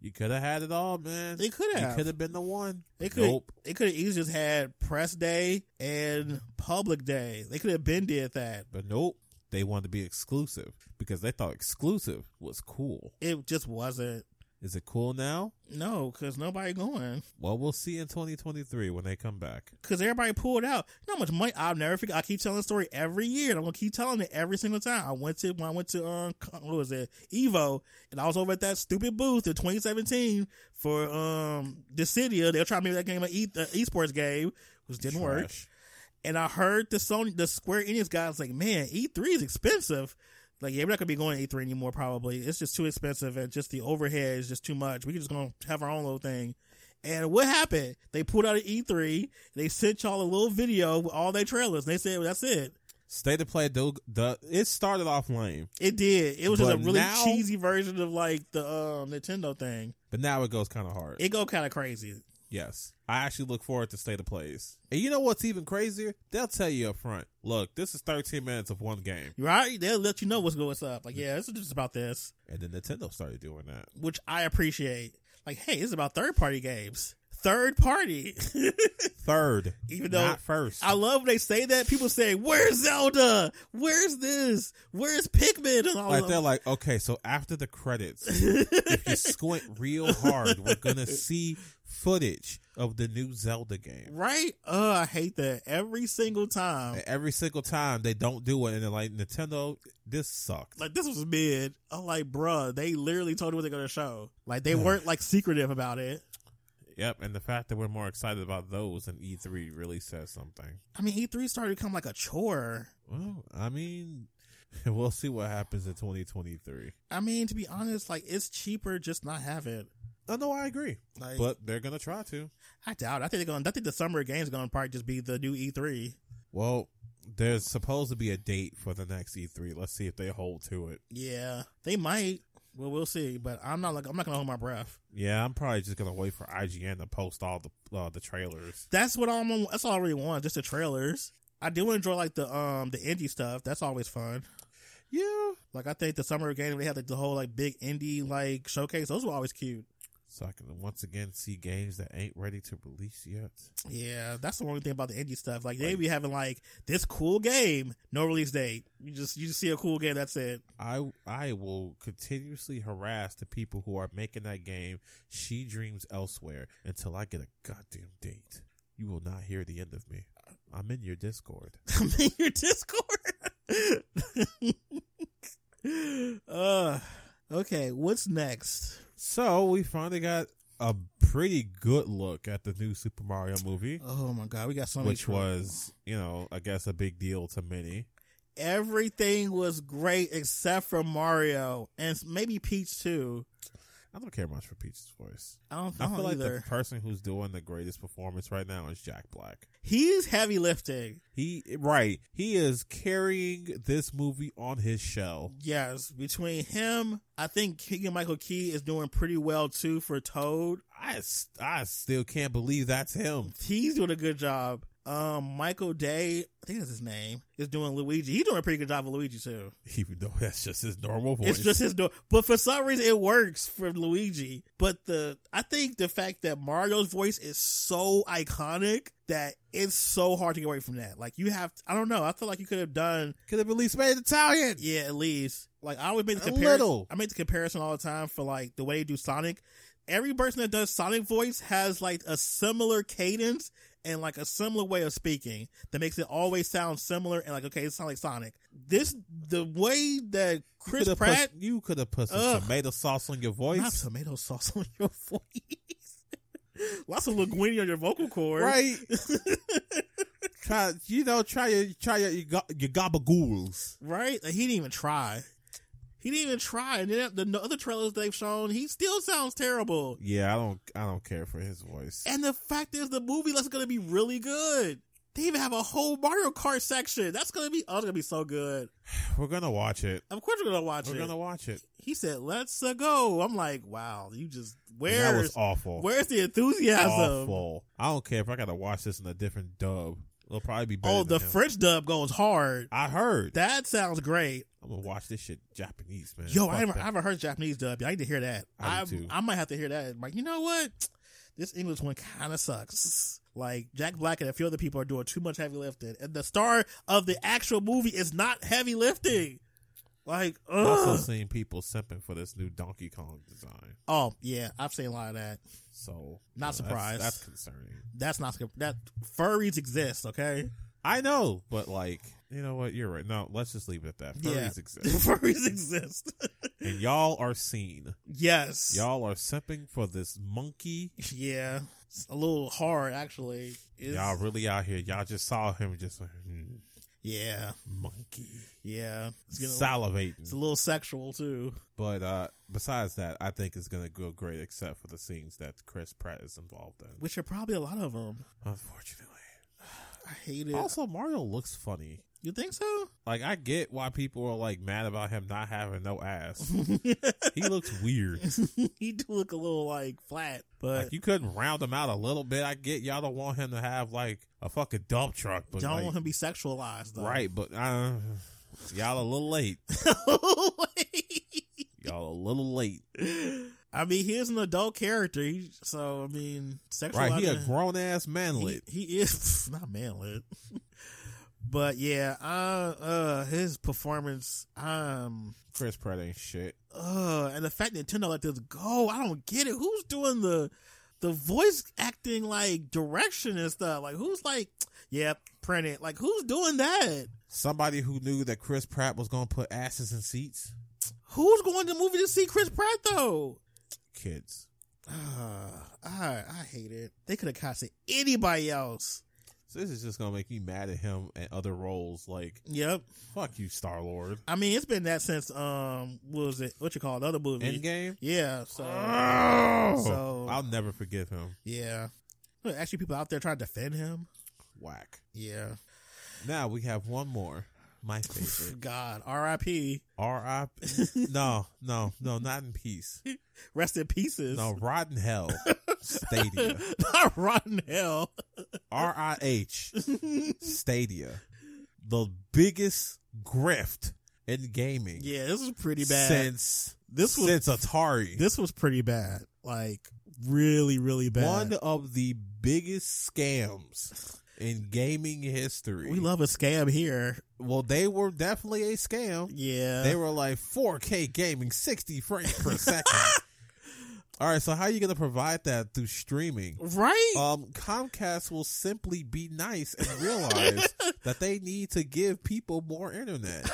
[SPEAKER 2] You could have had it all, man.
[SPEAKER 3] They could
[SPEAKER 2] You could
[SPEAKER 3] have.
[SPEAKER 2] have been the one.
[SPEAKER 3] They could.
[SPEAKER 2] Nope.
[SPEAKER 3] They could have easily just had press day and public day. They could have been did that.
[SPEAKER 2] But nope. They wanted to be exclusive because they thought exclusive was cool.
[SPEAKER 3] It just wasn't.
[SPEAKER 2] Is it cool now?
[SPEAKER 3] No, because nobody going.
[SPEAKER 2] Well, we'll see in 2023 when they come back.
[SPEAKER 3] Because everybody pulled out. You know how much money I'll never forget. I keep telling the story every year, and I'm gonna keep telling it every single time. I went to when I went to um co- what was it Evo, and I was over at that stupid booth in 2017 for um Dissidia. They were trying to make that game an e- uh, esports game, which didn't work.
[SPEAKER 2] Trash.
[SPEAKER 3] And I heard the Sony, the Square Enix guys like, man, E3 is expensive. Like, yeah, we're not gonna be going to E3 anymore. Probably it's just too expensive, and just the overhead is just too much. We're just gonna have our own little thing. And what happened? They pulled out an E3. They sent y'all a little video with all their trailers. And they said, well, that's it.
[SPEAKER 2] State of play, do, the, it started off lame,
[SPEAKER 3] It did. It was just
[SPEAKER 2] But
[SPEAKER 3] a really
[SPEAKER 2] now-
[SPEAKER 3] cheesy version of like the um, Nintendo thing.
[SPEAKER 2] but now it goes kind of hard.
[SPEAKER 3] It go kind of crazy.
[SPEAKER 2] Yes. I actually look forward to state of plays. And you know what's even crazier? They'll tell you up front, look, this is 13 minutes of one game.
[SPEAKER 3] Right? They'll let you know what's going up. Like, yeah, this is just about this,
[SPEAKER 2] And then Nintendo started doing that.
[SPEAKER 3] which I appreciate. Like, hey, this is about third party games. Third party.
[SPEAKER 2] Third.
[SPEAKER 3] Even though-
[SPEAKER 2] not first.
[SPEAKER 3] I love when they say that. People say, "Where's Zelda? Where's this? Where's Pikmin?" And all
[SPEAKER 2] like they're
[SPEAKER 3] that.
[SPEAKER 2] like, okay, so after the credits, if you squint real hard, we're gonna see footage of the new Zelda game.
[SPEAKER 3] Right? Oh, I hate that every single time.
[SPEAKER 2] And every single time they don't do it, and they're like, Nintendo, this sucked.
[SPEAKER 3] Like this was mid. I'm like, bruh, they literally told you what they're gonna show. Like
[SPEAKER 2] Hmm.
[SPEAKER 3] they weren't like secretive about it.
[SPEAKER 2] yep, and the fact that we're more excited about those than E3 really says something.
[SPEAKER 3] I mean, E3 started to become like a chore.
[SPEAKER 2] Well, I mean, we'll see what happens in 2023.
[SPEAKER 3] I mean, to be honest, like it's cheaper just not have it.
[SPEAKER 2] I know Oh, I agree,
[SPEAKER 3] Like,
[SPEAKER 2] but they're gonna try to.
[SPEAKER 3] I doubt. It. I think they're gonna. I think the summer games gonna probably just be the new E E3.
[SPEAKER 2] Well, there's supposed to be a date for the next E3. Let's see if they hold to it.
[SPEAKER 3] Yeah, they might. Well, we'll see. But I'm not like I'm not gonna hold my breath.
[SPEAKER 2] Yeah, I'm probably just gonna wait for IGN to post all the uh, the trailers.
[SPEAKER 3] that's what I'm. That's all I really want. Just the trailers. I do enjoy like the um the indie stuff. That's always fun.
[SPEAKER 2] Yeah.
[SPEAKER 3] Like I think the summer game they had like, the whole like big indie like showcase. Those were always cute.
[SPEAKER 2] So I can once again see games that ain't ready to release yet.
[SPEAKER 3] Yeah, that's the only thing about the indie stuff. Like they be having like this cool game, no release date. You just you just see a cool game. That's it.
[SPEAKER 2] I I will continuously harass the people who are making that game. She dreams elsewhere until I get a goddamn date. You will not hear the end of me. I'm in your Discord.
[SPEAKER 3] I'm in your Discord. uh, okay. What's next?
[SPEAKER 2] So we finally got a pretty good look at the new Super
[SPEAKER 3] Uh,
[SPEAKER 2] Mario movie,
[SPEAKER 3] Oh my god, we got so many.
[SPEAKER 2] which was you know I guess a big deal to many.
[SPEAKER 3] Everything was great except for Mario and maybe Peach too.
[SPEAKER 2] I don't care much for Peach's voice.
[SPEAKER 3] I don't, I
[SPEAKER 2] I
[SPEAKER 3] don't
[SPEAKER 2] feel like
[SPEAKER 3] either.
[SPEAKER 2] the person who's doing the greatest performance right now is Jack Black.
[SPEAKER 3] He's heavy lifting.
[SPEAKER 2] He right. He is carrying this movie on his shell.
[SPEAKER 3] Yes, between him, I think Keegan Michael Key is doing pretty well too for Toad.
[SPEAKER 2] I, s- I still can't believe that's him.
[SPEAKER 3] He's doing a good job. Um, Michael Day, I think that's his name, is doing Luigi. He's doing a pretty good job of Luigi too.
[SPEAKER 2] Even though that's just his normal voice.
[SPEAKER 3] It's just his door. But for some reason, it works for Luigi. But the I think the fact that Mario's voice is so iconic that it's so hard to get away from that. Like you have, I don't know. I feel like you could have done
[SPEAKER 2] could have at least made it Italian.
[SPEAKER 3] yeah at least like I always make the
[SPEAKER 2] A
[SPEAKER 3] comparison.
[SPEAKER 2] little.
[SPEAKER 3] I make the comparison all the time for like the way they do Sonic. Every person that does Sonic voice has like a similar cadence and like a similar way of speaking that makes it always sound similar and like okay, it sounds like Sonic. This the way that Chris
[SPEAKER 2] Coulda put-
[SPEAKER 3] Pratt
[SPEAKER 2] you could have put some
[SPEAKER 3] Ugh.
[SPEAKER 2] tomato sauce on your
[SPEAKER 3] Not
[SPEAKER 2] voice.
[SPEAKER 3] tomato sauce on your voice. Lots of linguini on your vocal cords.
[SPEAKER 2] Right. try you know, try your try your your, go- your gabagools.
[SPEAKER 3] Right? Like, he didn't even try. He didn't even try. And then the the other trailers they've shown, he still sounds terrible.
[SPEAKER 2] Yeah, I don't I don't care for his voice.
[SPEAKER 3] And the fact is, the movie that's going to be really good. They even have a whole Mario Kart section. That's going to be, oh, it's going to be so good.
[SPEAKER 2] We're gonna watch it.
[SPEAKER 3] Of course, we're going to watch
[SPEAKER 2] We're
[SPEAKER 3] it.
[SPEAKER 2] gonna watch it.
[SPEAKER 3] He said, let's uh, go. I'm like, wow, you just,
[SPEAKER 2] And that was
[SPEAKER 3] where's,
[SPEAKER 2] awful.
[SPEAKER 3] where's the enthusiasm?
[SPEAKER 2] awful. I don't care if I gotta watch this in a different dub. It'll probably be better.
[SPEAKER 3] Oh, the
[SPEAKER 2] than him.
[SPEAKER 3] French dub goes hard.
[SPEAKER 2] I heard.
[SPEAKER 3] That sounds great.
[SPEAKER 2] I'm gonna watch this shit Japanese, man.
[SPEAKER 3] Yo,
[SPEAKER 2] Fuck
[SPEAKER 3] I haven't, I
[SPEAKER 2] that.
[SPEAKER 3] haven't heard Japanese dub. I need to hear that.
[SPEAKER 2] I
[SPEAKER 3] I,
[SPEAKER 2] do too.
[SPEAKER 3] I might have to hear that. Like, you know what? This English one kind of sucks. Like Jack Black and a few other people are doing too much heavy lifting, and the star of the actual movie is not heavy lifting. Like,
[SPEAKER 2] I've also
[SPEAKER 3] ugh.
[SPEAKER 2] seen people simping for this new Donkey Kong design.
[SPEAKER 3] oh yeah, I've seen a lot of that.
[SPEAKER 2] So
[SPEAKER 3] Not
[SPEAKER 2] you know, that's-
[SPEAKER 3] surprised.
[SPEAKER 2] That's, concerning.
[SPEAKER 3] That's not that furries exist. Okay,
[SPEAKER 2] I know, but like, you know what? You're right. No, let's just leave it at that. Furries
[SPEAKER 3] Yeah.
[SPEAKER 2] exist,
[SPEAKER 3] furries exist.
[SPEAKER 2] and y'all are seen.
[SPEAKER 3] yes,
[SPEAKER 2] Y'all are simping for this monkey.
[SPEAKER 3] yeah. It's a little hard actually. It's-
[SPEAKER 2] Y'all really out here. Y'all just saw him, just like, hmm,
[SPEAKER 3] yeah,
[SPEAKER 2] monkey
[SPEAKER 3] yeah. It's, getting- it's a
[SPEAKER 2] salivating.
[SPEAKER 3] little sexual too.
[SPEAKER 2] But uh, besides that, I think it's gonna go great, except for the scenes that Chris Pratt is involved in.
[SPEAKER 3] which are probably a lot of them.
[SPEAKER 2] Unfortunately,
[SPEAKER 3] I hate it.
[SPEAKER 2] also Mario looks funny.
[SPEAKER 3] you think so?
[SPEAKER 2] Like I get why people are like mad about him not having no ass. he looks weird.
[SPEAKER 3] he do look a little like flat, but
[SPEAKER 2] Like you couldn't round him out a little bit. I get y'all don't want him to have like a fucking dump truck, but
[SPEAKER 3] don't
[SPEAKER 2] like,
[SPEAKER 3] want him to be sexualized, though.
[SPEAKER 2] right. But uh, y'all a little late. Y'all a little late.
[SPEAKER 3] I mean, he is an adult character, he- so I mean, sexualized.
[SPEAKER 2] Right? He a grown ass manlet.
[SPEAKER 3] He, he is not manlit. But yeah, uh, uh, his performance, um,
[SPEAKER 2] Chris Pratt ain't shit.
[SPEAKER 3] uh, and the fact that Nintendo let this go, I don't get it. Who's doing the the voice acting like direction and stuff? Like who's like, yeah, print it. Like who's doing that?
[SPEAKER 2] Somebody who knew that Chris Pratt was gonna put asses in seats.
[SPEAKER 3] Who's going to the movie to see Chris Pratt though?
[SPEAKER 2] Kids.
[SPEAKER 3] Uh, I I hate it. They could have casted anybody else.
[SPEAKER 2] So this is just gonna make me mad at him and other roles. Like
[SPEAKER 3] Yep.
[SPEAKER 2] fuck you, Star Lord.
[SPEAKER 3] I mean, it's been that since um, what was it? What you call another movie?
[SPEAKER 2] Endgame.
[SPEAKER 3] Yeah. So
[SPEAKER 2] So
[SPEAKER 3] So-
[SPEAKER 2] I'll never forgive him.
[SPEAKER 3] yeah, There are actually people out there trying to defend him.
[SPEAKER 2] Whack.
[SPEAKER 3] Yeah.
[SPEAKER 2] Now we have one more. My favorite.
[SPEAKER 3] God, R.I.P.
[SPEAKER 2] R.I.P. No, no, no, not in peace.
[SPEAKER 3] Rest in pieces.
[SPEAKER 2] No, rotten hell. Stadia.
[SPEAKER 3] Not rotten hell.
[SPEAKER 2] R I H. Stadia. The biggest grift in gaming.
[SPEAKER 3] Yeah, this was pretty bad.
[SPEAKER 2] Since
[SPEAKER 3] This was-
[SPEAKER 2] since Atari.
[SPEAKER 3] This was pretty bad. Like really, really bad.
[SPEAKER 2] one of the biggest scams in gaming history.
[SPEAKER 3] we love a scam here.
[SPEAKER 2] well, they were definitely a scam.
[SPEAKER 3] Yeah.
[SPEAKER 2] They were like 4K gaming, 60 frames per second. All right, so how are you going to provide that through streaming?
[SPEAKER 3] right?
[SPEAKER 2] Um, Comcast will simply be nice and realize that they need to give people more internet.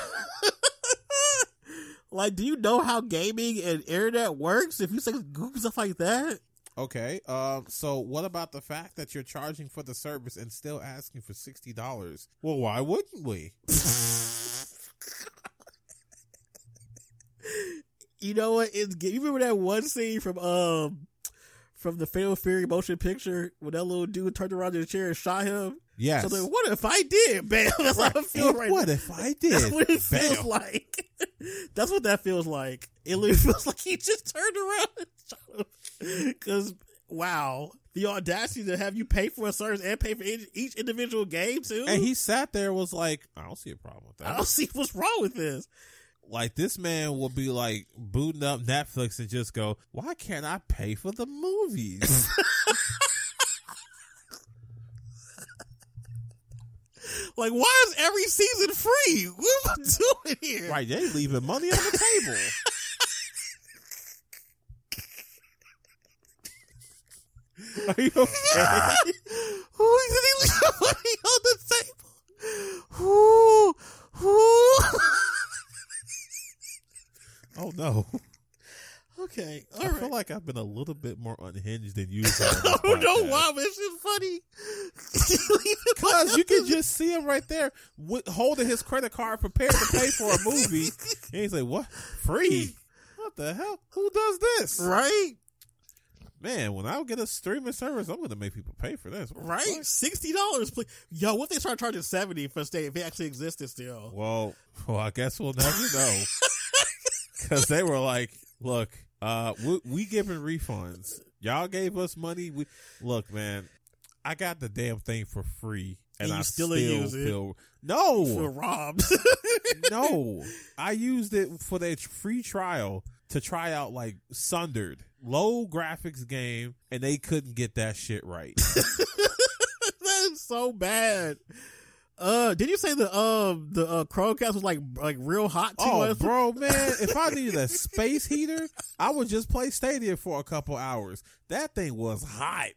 [SPEAKER 3] like, do you know how gaming and internet works? If you say goop stuff like that?
[SPEAKER 2] Okay. Um. So what about the fact that you're charging for the service and still asking for sixty dollars? Well, why wouldn't we?
[SPEAKER 3] you know what? It's you remember that one scene from um from the Fatal Fury motion picture when that little dude turned around in the chair and shot him.
[SPEAKER 2] Yes.
[SPEAKER 3] So I'm like, what if I did? Bam! That's how I feel
[SPEAKER 2] And
[SPEAKER 3] right
[SPEAKER 2] what
[SPEAKER 3] now.
[SPEAKER 2] if I
[SPEAKER 3] That's
[SPEAKER 2] did?
[SPEAKER 3] what it
[SPEAKER 2] Bam.
[SPEAKER 3] feels like. That's what that feels like. It literally feels like he just turned around and shot him. Because, wow, the audacity to have you pay for a service and pay for each- each individual game, too.
[SPEAKER 2] And he sat there and was like, I don't see a problem with
[SPEAKER 3] I
[SPEAKER 2] that.
[SPEAKER 3] don't see what's wrong with this.
[SPEAKER 2] Like this man will be like booting up Netflix and just go, Why can't I pay for the movies?
[SPEAKER 3] Like, why is every season free? What am I doing here?
[SPEAKER 2] right, they leaving money on the table. Are you okay?
[SPEAKER 3] Who is he leaving money on the table? Who? Who?
[SPEAKER 2] Oh no.
[SPEAKER 3] okay, all
[SPEAKER 2] I
[SPEAKER 3] right.
[SPEAKER 2] feel like I've been a little bit more unhinged than usual. on
[SPEAKER 3] I
[SPEAKER 2] this
[SPEAKER 3] don't know
[SPEAKER 2] podcast.
[SPEAKER 3] why, but it's just funny.
[SPEAKER 2] Cause you can just see him right there with, holding his credit card prepared to pay for a movie. and he's like, what? Free? What the hell? Who does this?
[SPEAKER 3] right,
[SPEAKER 2] Man, when I get a streaming service, I'm going to make people pay for this. What the
[SPEAKER 3] right,
[SPEAKER 2] fuck?
[SPEAKER 3] sixty dollars, please. Yo, what if they start charging seventy for stay if they actually existed still?
[SPEAKER 2] Well, well, I guess we'll never know. Because they were like, look, uh, we, we giving refunds. Y'all gave us money. We Look, man, I got the damn thing for free. And,
[SPEAKER 3] And you
[SPEAKER 2] I
[SPEAKER 3] still
[SPEAKER 2] still,
[SPEAKER 3] didn't use it.
[SPEAKER 2] feel no
[SPEAKER 3] For robbed.
[SPEAKER 2] no, I used it for their free trial to try out like Sundered, low graphics game, and they couldn't get that shit right.
[SPEAKER 3] that is so bad. Uh, did you say the um the uh, Chromecast was like like real hot? Too
[SPEAKER 2] oh,
[SPEAKER 3] much?
[SPEAKER 2] bro, man, if I needed a space heater, I would just play Stadia for a couple hours. That thing was hot.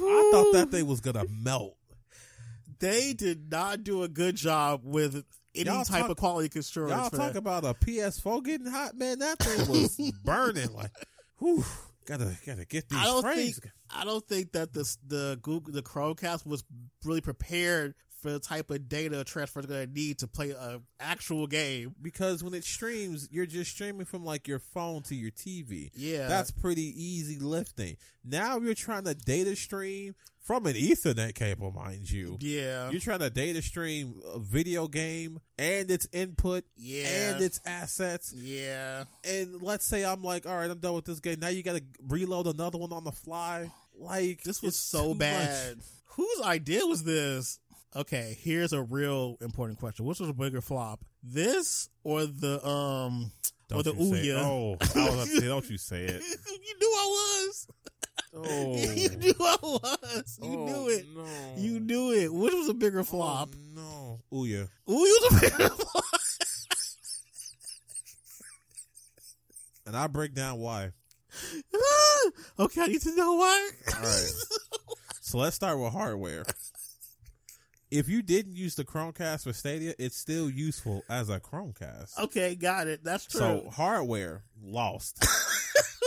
[SPEAKER 2] I thought that thing was gonna melt.
[SPEAKER 3] they did not do a good job with any
[SPEAKER 2] Y'all
[SPEAKER 3] type
[SPEAKER 2] talk-
[SPEAKER 3] of quality control.
[SPEAKER 2] Y'all talk about a PS4 getting hot, man. That thing was burning. Like, whew, gotta gotta get these
[SPEAKER 3] I don't
[SPEAKER 2] frames.
[SPEAKER 3] think I don't think that this the Google the Chromecast was really prepared for the type of data transfer they're gonna need to play a actual game.
[SPEAKER 2] because when it streams, you're just streaming from like your phone to your TV.
[SPEAKER 3] Yeah,
[SPEAKER 2] That's pretty easy lifting. Now you're trying to data stream from an Ethernet cable, mind you.
[SPEAKER 3] yeah,
[SPEAKER 2] You're trying to data stream a video game and its input
[SPEAKER 3] yeah,
[SPEAKER 2] and its assets.
[SPEAKER 3] yeah.
[SPEAKER 2] And let's say I'm like, all right, I'm done with this game. Now you got to reload another one on the fly. Like
[SPEAKER 3] This was
[SPEAKER 2] it's too
[SPEAKER 3] so
[SPEAKER 2] much.
[SPEAKER 3] bad. Whose idea was this? Okay, here's a real important question. Which was a bigger flop? This or the um
[SPEAKER 2] Don't
[SPEAKER 3] Or the
[SPEAKER 2] you say-
[SPEAKER 3] Ouya.
[SPEAKER 2] Oh, I was about to say, don't you say it.
[SPEAKER 3] you knew I was.
[SPEAKER 2] Oh,
[SPEAKER 3] You knew I was. You knew it.
[SPEAKER 2] No.
[SPEAKER 3] You knew it. Which was a bigger flop?
[SPEAKER 2] Oh, no. Ouya.
[SPEAKER 3] Ooh, you was a bigger flop.
[SPEAKER 2] And I break down why.
[SPEAKER 3] Ah! okay, I need to know why.
[SPEAKER 2] All right. so let's start with hardware. If you didn't use the Chromecast for Stadia, it's still useful as a Chromecast.
[SPEAKER 3] okay, got it. That's true.
[SPEAKER 2] So hardware lost.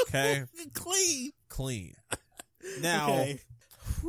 [SPEAKER 2] okay,
[SPEAKER 3] Clean.
[SPEAKER 2] clean. Now
[SPEAKER 3] okay.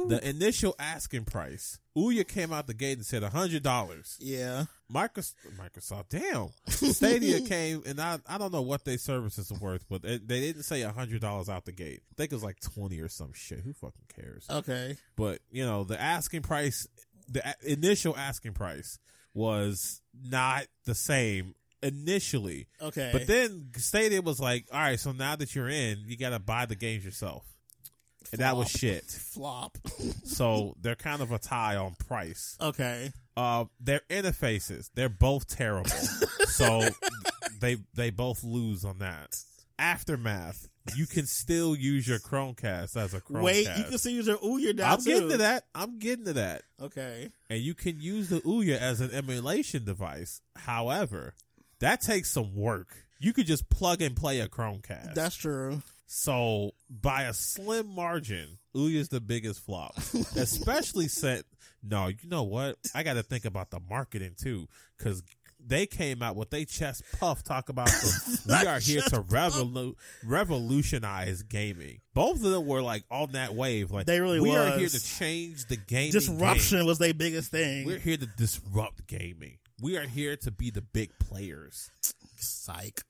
[SPEAKER 2] the initial asking price. Ouya came out the gate and said hundred dollars.
[SPEAKER 3] yeah.
[SPEAKER 2] Microsoft, Microsoft, damn. Stadia came and I, I don't know what their services are worth, but they, they didn't say hundred dollars out the gate. I think it was like twenty or some shit. Who fucking cares?
[SPEAKER 3] Okay.
[SPEAKER 2] but you know the asking price the a- initial asking price was not the same initially
[SPEAKER 3] Okay.
[SPEAKER 2] but then stadia was like all right so now that you're in you gotta buy the games yourself and that was
[SPEAKER 3] Flop.
[SPEAKER 2] shit
[SPEAKER 3] flop.
[SPEAKER 2] so they're kind of a tie on price
[SPEAKER 3] okay.
[SPEAKER 2] uh their interfaces they're both terrible so they they both lose on that aftermath you can still use your chromecast as a chromecast
[SPEAKER 3] Wait, you can see your ooh, you're down
[SPEAKER 2] i'm getting
[SPEAKER 3] too.
[SPEAKER 2] to that i'm getting to that
[SPEAKER 3] Okay.
[SPEAKER 2] and you can use the Ouya as an emulation device. However, that takes some work. You could just plug and play a Chromecast.
[SPEAKER 3] That's true.
[SPEAKER 2] so by a slim margin, Ouya's the biggest flop. Especially since no, you know what? I got to think about the marketing too, because they came out with they chest puff talk about the, we are here to revolu- revolutionize gaming. Both of them were like on that wave, like
[SPEAKER 3] They really
[SPEAKER 2] we are
[SPEAKER 3] was.
[SPEAKER 2] here to change the gaming game.
[SPEAKER 3] Disruption was their biggest thing.
[SPEAKER 2] We're here to disrupt gaming. We are here to be the big players.
[SPEAKER 3] Psych.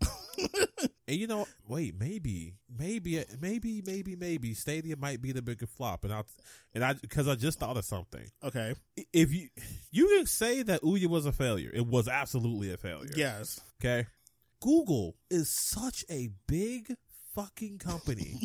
[SPEAKER 2] And you know, wait, maybe, maybe, maybe, maybe, maybe Stadia might be the bigger flop. And I, and I, because I just thought of something.
[SPEAKER 3] okay.
[SPEAKER 2] If you, you can say that Ouya was a failure. It was absolutely a failure.
[SPEAKER 3] Yes.
[SPEAKER 2] Okay. Google is such a big fucking company.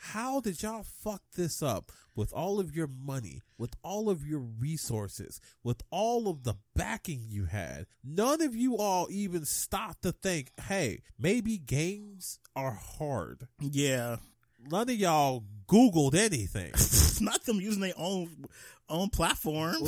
[SPEAKER 2] How did y'all fuck this up with all of your money, with all of your resources, with all of the backing you had? None of you all even stopped to think, hey, maybe games are hard.
[SPEAKER 3] Yeah.
[SPEAKER 2] None of y'all Googled anything.
[SPEAKER 3] Not them using their own own platform.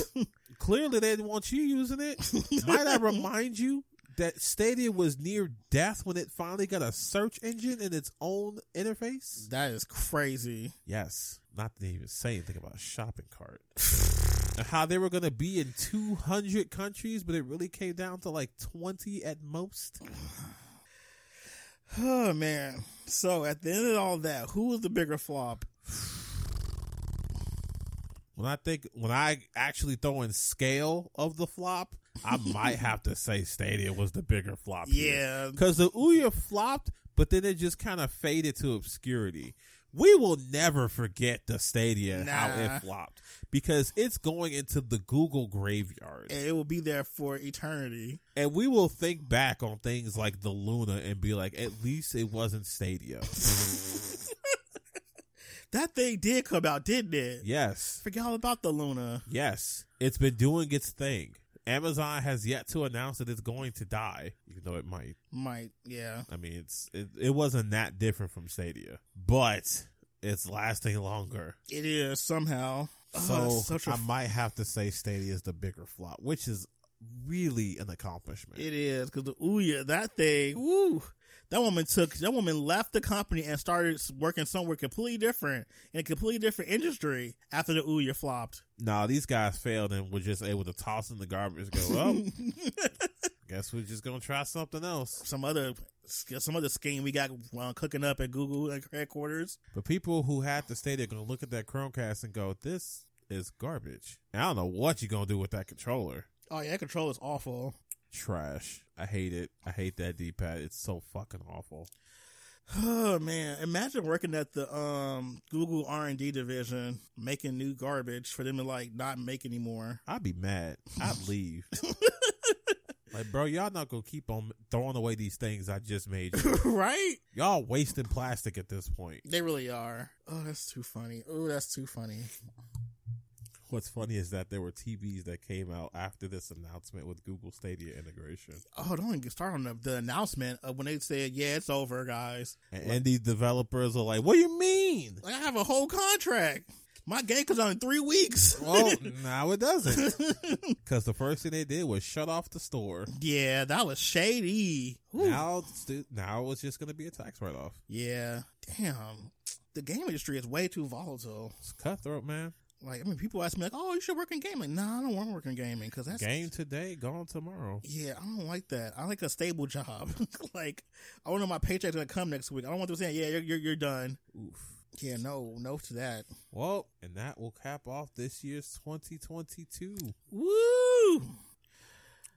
[SPEAKER 2] Clearly, they didn't want you using it. Might I remind you that Stadia was near death when it finally got a search engine in its own interface?
[SPEAKER 3] that is crazy.
[SPEAKER 2] Yes. Not to even say anything about a shopping cart. And How they were going to be in 200 countries, but it really came down to like 20 at most.
[SPEAKER 3] Oh man. So at the end of all that, who was the bigger flop?
[SPEAKER 2] When I think, when I actually throw in scale of the flop, I might have to say Stadia was the bigger flop. here.
[SPEAKER 3] Yeah.
[SPEAKER 2] Because the Ouya flopped, but then it just kind of faded to obscurity. We will never forget the Stadia and how
[SPEAKER 3] Nah.
[SPEAKER 2] it flopped because it's going into the Google graveyard.
[SPEAKER 3] And it will be there for eternity.
[SPEAKER 2] And we will think back on things like the Luna and be like, at least it wasn't Stadia.
[SPEAKER 3] That thing did come out, didn't it?
[SPEAKER 2] yes.
[SPEAKER 3] Forget all about the Luna.
[SPEAKER 2] Yes. It's been doing its thing. Amazon has yet to announce that it's going to die, even though it might.
[SPEAKER 3] Might, yeah.
[SPEAKER 2] I mean, it's it, it wasn't that different from Stadia, but it's lasting longer.
[SPEAKER 3] It is somehow.
[SPEAKER 2] So
[SPEAKER 3] Ugh, Oh, such a
[SPEAKER 2] I
[SPEAKER 3] f-
[SPEAKER 2] might have to say Stadia is the bigger flop, which is really an accomplishment.
[SPEAKER 3] it is because ooh yeah, that thing. Woo, that woman took that woman left the company and started working somewhere completely different in a completely different industry after the ooh yeah flopped.
[SPEAKER 2] nah, these guys failed and were just able to toss in the garbage. and Go, well, guess we're just gonna try something else.
[SPEAKER 3] some other some other scheme we got uh, cooking up at Google headquarters.
[SPEAKER 2] But people who had to Stadia are gonna look at that Chromecast and go, "This is garbage." And I don't know what you're gonna do with that controller.
[SPEAKER 3] Oh yeah, that control is awful.
[SPEAKER 2] Trash. I hate it. I hate that D-pad. It's so fucking awful.
[SPEAKER 3] Oh man, imagine working at the um Google R and D division, making new garbage for them to like not make anymore.
[SPEAKER 2] I'd be mad. I'd leave. like, bro, y'all not gonna keep on throwing away these things I just made. you.
[SPEAKER 3] right?
[SPEAKER 2] Y'all wasting plastic at this point.
[SPEAKER 3] They really are. Oh, that's too funny. Oh, that's too funny.
[SPEAKER 2] What's funny is that there were TVs that came out after this announcement with Google Stadia integration.
[SPEAKER 3] Oh, don't even get started on the, the announcement of when they said, "Yeah, it's over, guys."
[SPEAKER 2] And indie developers are like, what do you mean?
[SPEAKER 3] Like I have a whole contract. My game comes out in three weeks.
[SPEAKER 2] Well, now it doesn't. Because the first thing they did was shut off the store.
[SPEAKER 3] yeah, that was shady. Ooh.
[SPEAKER 2] Now, stu- now it's just going to be a tax write off.
[SPEAKER 3] Yeah. Damn. The game industry is way too volatile.
[SPEAKER 2] It's cutthroat, man.
[SPEAKER 3] Like, I mean, people ask me, like, oh, you should work in gaming. No, I don't want to work in gaming because that's.
[SPEAKER 2] Game today, gone tomorrow.
[SPEAKER 3] Yeah, I don't like that. I like a stable job. like, I want to know my paycheck's going to come next week. I don't want them saying, yeah, you're, you're, you're done.
[SPEAKER 2] Oof.
[SPEAKER 3] Yeah, no, no to that.
[SPEAKER 2] Well, and that will cap off this year's 2022.
[SPEAKER 3] Woo!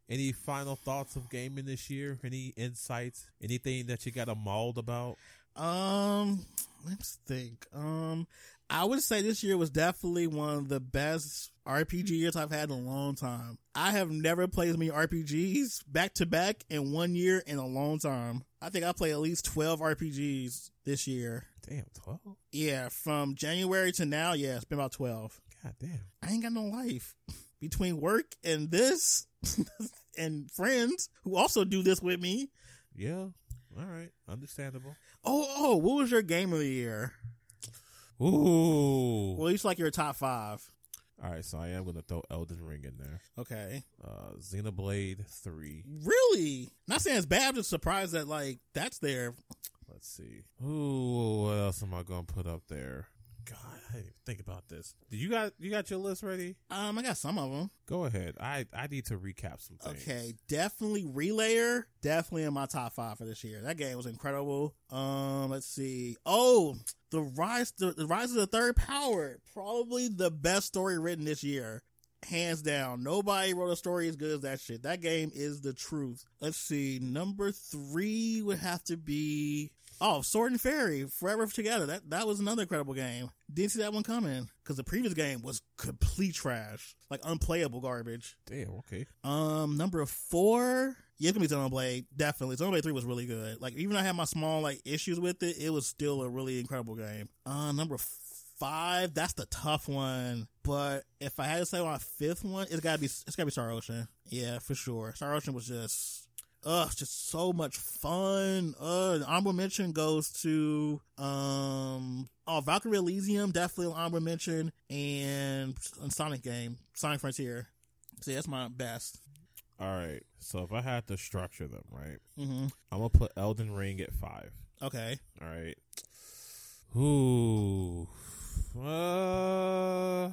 [SPEAKER 2] Any final thoughts of gaming this year? Any insights? Anything that you got a mauled about?
[SPEAKER 3] Um, let's think. Um, I would say this year was definitely one of the best RPG years I've had in a long time. I have never played as many RPGs back to back in one year in a long time. I think I played at least 12 RPGs this year.
[SPEAKER 2] Damn, 12?
[SPEAKER 3] Yeah, from January to now, yeah, it's been about 12.
[SPEAKER 2] God damn.
[SPEAKER 3] I ain't got no life. Between work and this and friends who also do this with me.
[SPEAKER 2] Yeah. All right. Understandable.
[SPEAKER 3] Oh, oh, what was your game of the year?
[SPEAKER 2] Ooh.
[SPEAKER 3] Well, at least like your top five.
[SPEAKER 2] All right. So I am going to throw Elden Ring in there.
[SPEAKER 3] Okay.
[SPEAKER 2] Uh, Xenoblade 3.
[SPEAKER 3] Really? Not saying it's bad, I'm just surprised that like that's there.
[SPEAKER 2] Let's see. Ooh, what else am I going to put up there? God, I didn't even think about this. Do you got you got your list ready?
[SPEAKER 3] Um, I got some of them.
[SPEAKER 2] Go ahead. I I need to recap some things.
[SPEAKER 3] Okay, definitely Relayer, definitely in my top five for this year. That game was incredible. Um, let's see. Oh, the rise, the, the rise of the third power, probably the best story written this year. hands down. Nobody wrote a story as good as that shit. That game is the truth. Let's see. Number three would have to be oh Sword and Fairy Forever Together. That that was another incredible game. Didn't see that one coming because the previous game was complete trash, like unplayable garbage.
[SPEAKER 2] Damn. Okay.
[SPEAKER 3] Um, number four. Yeah, it's gonna be Xenoblade. Definitely, Xenoblade Three was really good. Like, even though I had my small like issues with it, it was still a really incredible game. Uh, number five. That's the tough one. But if I had to say my fifth one, it's gotta be it's gotta be Star Ocean. Yeah, for sure. Star Ocean was just Ugh, just so much fun. Uh, an honorable mention goes to um, oh, Valkyrie Elysium, definitely an honorable mention, and, and Sonic game, Sonic Frontier. See, that's my best.
[SPEAKER 2] All right. So if I had to structure them, right,
[SPEAKER 3] hmm
[SPEAKER 2] I'm gonna put Elden Ring at five.
[SPEAKER 3] Okay,
[SPEAKER 2] All right. Ooh. Uh,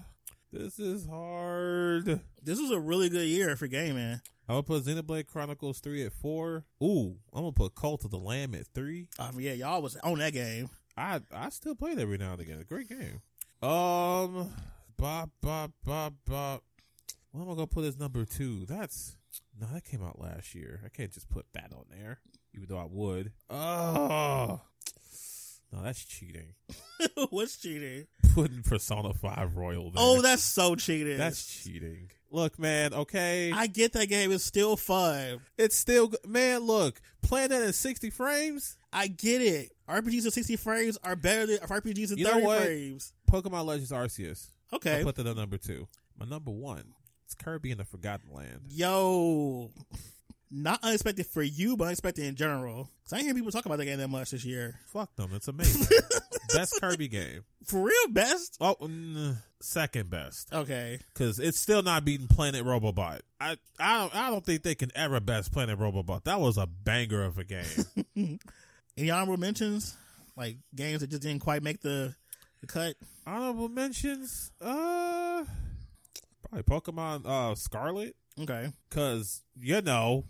[SPEAKER 2] this is hard.
[SPEAKER 3] this was a really good year for gaming.
[SPEAKER 2] I'm gonna put Xenoblade Chronicles three at four. Ooh, I'm gonna put Cult of the Lamb at three.
[SPEAKER 3] Oh yeah, y'all was on that game.
[SPEAKER 2] I I still play it every now and again. It's a great game. Um, bop bop bop bop. What am I gonna put as number two? That's no, that came out last year. I can't just put that on there, even though I would. Oh, no, that's cheating.
[SPEAKER 3] What's cheating?
[SPEAKER 2] Putting Persona Five Royal. There.
[SPEAKER 3] Oh, that's so cheating.
[SPEAKER 2] that's cheating. Look, man. Okay,
[SPEAKER 3] I get that game is still fun.
[SPEAKER 2] it's still g- man. Look, playing that in sixty frames.
[SPEAKER 3] I get it. RPGs at sixty frames are better than RPGs at
[SPEAKER 2] You know
[SPEAKER 3] thirty
[SPEAKER 2] what?
[SPEAKER 3] frames.
[SPEAKER 2] Pokemon Legends Arceus. I
[SPEAKER 3] Okay,
[SPEAKER 2] put that on number two. My number one. It's Kirby in the Forgotten Land.
[SPEAKER 3] Yo, not unexpected for you, but unexpected in general. Cause I ain't hear people talk about that game that much this year.
[SPEAKER 2] Fuck them. It's amazing. best Kirby game.
[SPEAKER 3] For real, best.
[SPEAKER 2] Oh, mm, second best
[SPEAKER 3] Okay,
[SPEAKER 2] because it's still not beating Planet Robobot. I I don't, I don't think they can ever best Planet Robobot. That was a banger of a game.
[SPEAKER 3] any honorable mentions? Like games that just didn't quite make the, the cut.
[SPEAKER 2] Honorable mentions. Uh, probably Pokemon uh Scarlet
[SPEAKER 3] Okay,
[SPEAKER 2] because you know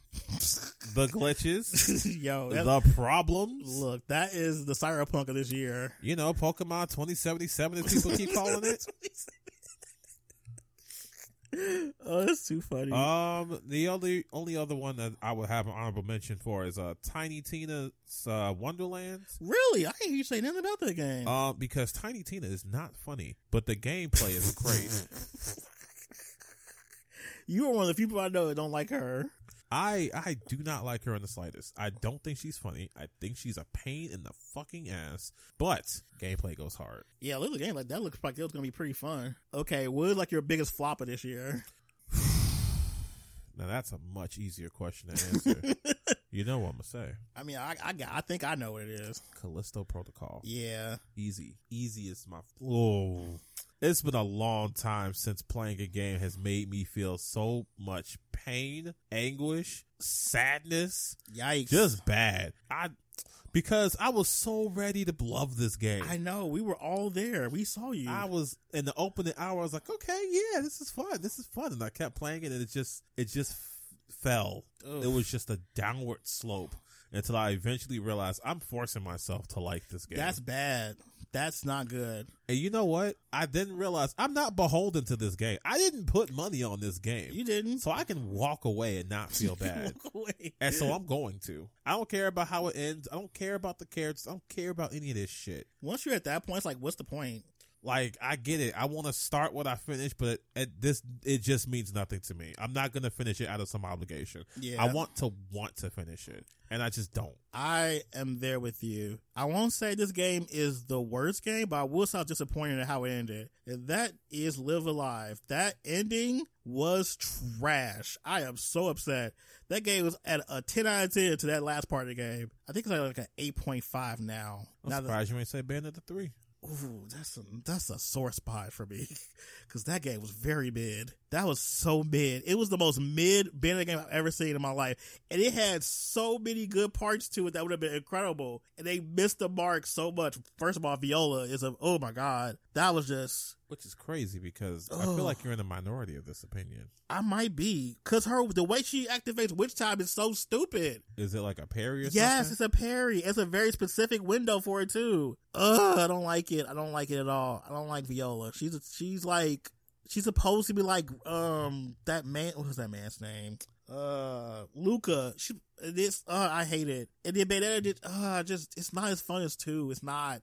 [SPEAKER 2] the glitches,
[SPEAKER 3] yo, that,
[SPEAKER 2] the problems.
[SPEAKER 3] look, that is the cyberpunk of this year.
[SPEAKER 2] You know, Pokemon 2077 as people keep calling it.
[SPEAKER 3] oh, that's too funny.
[SPEAKER 2] Um, the only only other one that I would have an honorable mention for is uh Tiny Tina's uh, Wonderlands.
[SPEAKER 3] really, I ain't hear you say nothing about that game.
[SPEAKER 2] Uh, because Tiny Tina is not funny, but the gameplay is great.
[SPEAKER 3] you are one of the few people I know that don't like her.
[SPEAKER 2] I I do not like her in the slightest. I don't think she's funny. I think she's a pain in the fucking ass. But gameplay goes hard.
[SPEAKER 3] Yeah, look at the game like that looks like it was gonna be pretty fun. Okay, what is like your biggest flop of this year?
[SPEAKER 2] Now that's a much easier question to answer. you know what I'm gonna say?
[SPEAKER 3] I mean, I, I got, I think I know what it is.
[SPEAKER 2] Callisto Protocol.
[SPEAKER 3] E- Yeah,
[SPEAKER 2] Easy. Easy is my. Oh. It's been a long time since playing a game has made me feel so much pain, anguish, sadness,
[SPEAKER 3] yikes!
[SPEAKER 2] just bad. I because I was so ready to love this game.
[SPEAKER 3] I know we were all there. We saw you.
[SPEAKER 2] I was in the opening hour. I was like, okay, yeah, this is fun. This is fun, and I kept playing it, and it just it just f- fell.
[SPEAKER 3] Ugh.
[SPEAKER 2] It was just a downward slope until I eventually realized I'm forcing myself to like this game.
[SPEAKER 3] That's bad. That's not good.
[SPEAKER 2] And you know what? I didn't realize I'm not beholden to this game. I didn't put money on this game.
[SPEAKER 3] You didn't.
[SPEAKER 2] so I can walk away and not feel bad.
[SPEAKER 3] Walk away.
[SPEAKER 2] and so I'm going to. I don't care about how it ends. I don't care about the characters. I don't care about any of this shit.
[SPEAKER 3] Once you're at that point, it's like, what's the point?
[SPEAKER 2] Like I get it. I want to start what I finish, but at this it just means nothing to me. I'm not going to finish it out of some obligation.
[SPEAKER 3] Yeah,
[SPEAKER 2] I want to want to finish it, and I just don't.
[SPEAKER 3] I am there with you. I won't say this game is the worst game, but I will say I was disappointed at how it ended. And that is Live Alive. That ending was trash. I am so upset. That game was at a 10 out of 10 to that last part of the game. I think it's at like an 8.5 now.
[SPEAKER 2] I'm
[SPEAKER 3] now that-
[SPEAKER 2] surprised you ain't say Bandit the Three.
[SPEAKER 3] Ooh, that's a that's a sore spot for me because that game was very mid. That was so mid. It was the most mid Bandit game I've ever seen in my life, and it had so many good parts to it that would have been incredible. And they missed the mark so much. First of all, Viola is a oh my god, that was just
[SPEAKER 2] Which is crazy because I feel
[SPEAKER 3] Ugh.
[SPEAKER 2] like you're in the minority of this opinion.
[SPEAKER 3] I might be because her the way she activates witch time is so stupid.
[SPEAKER 2] Is it like a parry or
[SPEAKER 3] Yes,
[SPEAKER 2] something?
[SPEAKER 3] it's a parry. It's a very specific window for it too. Ugh, I don't like it. I don't like it at all. I don't like Viola. She's she's like She's supposed to be like um that man. What was that man's name? Uh, Luca. She this. Uh, I hate it. And then Bayonetta did. Uh, just it's not as fun as two. It's not.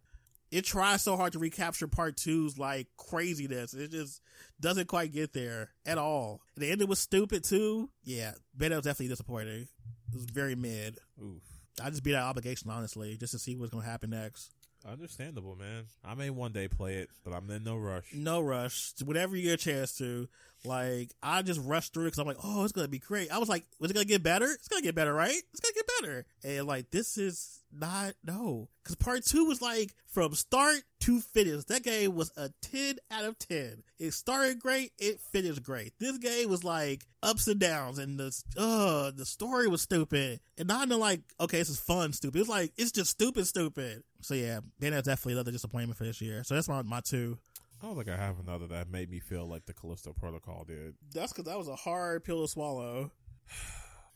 [SPEAKER 3] It tries so hard to recapture part two's like craziness. It just doesn't quite get there at all. The ending was stupid too. Yeah, Bayonetta was definitely disappointing. It was very mid.
[SPEAKER 2] Oof.
[SPEAKER 3] I just beat that obligation honestly, just to see what's gonna happen next.
[SPEAKER 2] Understandable, man. I may one day play it, but I'm in no rush.
[SPEAKER 3] no rush. Whenever you get a chance to, like, I just rushed through it because I'm like, oh, it's gonna be great. I was like, was it gonna get better? It's gonna get better, right? It's gonna get better. And like, this is not no, because part two was like from start to finish. That game was a ten out of ten. It started great, it finished great. This game was like ups and downs, and the uh the story was stupid, and not in the, like, okay, this is fun, stupid. It's like it's just stupid, stupid. So yeah, Bayonetta's definitely another disappointment for this year. So that's my my two.
[SPEAKER 2] I don't think I have another that made me feel like the Callisto Protocol did,
[SPEAKER 3] That's because that was a hard pill to swallow.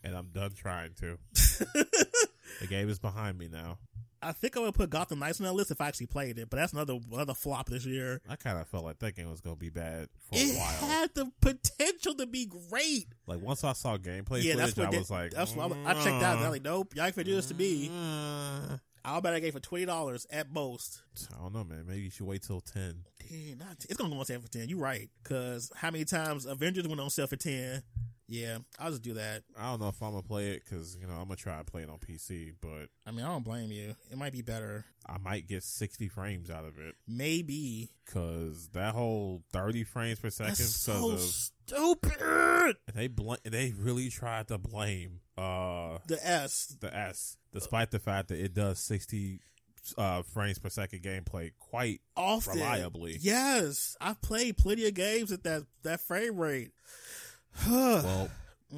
[SPEAKER 2] and I'm done trying to. the game is behind me now.
[SPEAKER 3] I think I would put Gotham Knights on that list if I actually played it, but that's another another flop this year.
[SPEAKER 2] I kind of felt like that game was gonna be bad for
[SPEAKER 3] It
[SPEAKER 2] a while.
[SPEAKER 3] had the potential to be great.
[SPEAKER 2] like once I saw gameplay
[SPEAKER 3] yeah,
[SPEAKER 2] footage,
[SPEAKER 3] that's what
[SPEAKER 2] I
[SPEAKER 3] did-
[SPEAKER 2] was like,
[SPEAKER 3] that's what I, I checked out. and I'm like, nope, y'all can do this to me.
[SPEAKER 2] "Mm,
[SPEAKER 3] I'll bet I gave for twenty dollars at most.
[SPEAKER 2] I don't know, man. Maybe you should wait till ten.
[SPEAKER 3] Dang, not it's gonna go on sale for ten. You're right, because how many times Avengers went on sale for ten? Yeah, I'll just do that.
[SPEAKER 2] I don't know if I'm gonna play it because you know I'm gonna try to play it on PC, but
[SPEAKER 3] I mean, I don't blame you. It might be better,
[SPEAKER 2] I might get 60 frames out of it
[SPEAKER 3] maybe.
[SPEAKER 2] because that whole 30 frames per second.
[SPEAKER 3] That's
[SPEAKER 2] because
[SPEAKER 3] so
[SPEAKER 2] of,
[SPEAKER 3] stupid.
[SPEAKER 2] and they bl- they really tried to blame uh
[SPEAKER 3] The S,
[SPEAKER 2] the S, despite the fact that it does 60 uh frames per second gameplay quite
[SPEAKER 3] often
[SPEAKER 2] reliably.
[SPEAKER 3] Yes, I played plenty of games at that that frame rate.
[SPEAKER 2] well.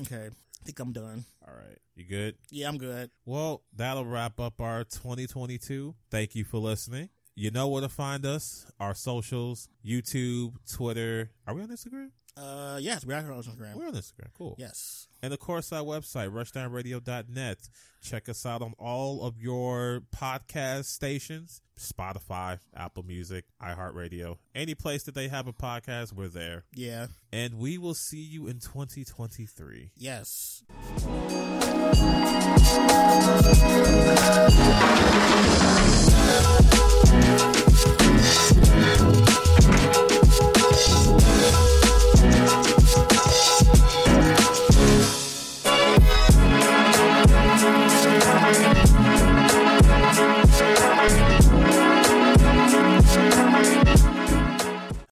[SPEAKER 3] okay, I think I'm done.
[SPEAKER 2] All right, you good?
[SPEAKER 3] Yeah, I'm good.
[SPEAKER 2] Well, that'll wrap up our 2022. Thank you for listening. You know where to find us: our socials, YouTube, Twitter. Are we on Instagram?
[SPEAKER 3] Uh, yes, we're out here on Instagram.
[SPEAKER 2] We're on Instagram. Cool.
[SPEAKER 3] yes,
[SPEAKER 2] And of course, our website, rushdownradio.net. Check us out on all of your podcast stations Spotify, Apple Music, iHeartRadio. Any place that they have a podcast, we're there.
[SPEAKER 3] yeah,
[SPEAKER 2] And we will see you in 2023.
[SPEAKER 3] yes.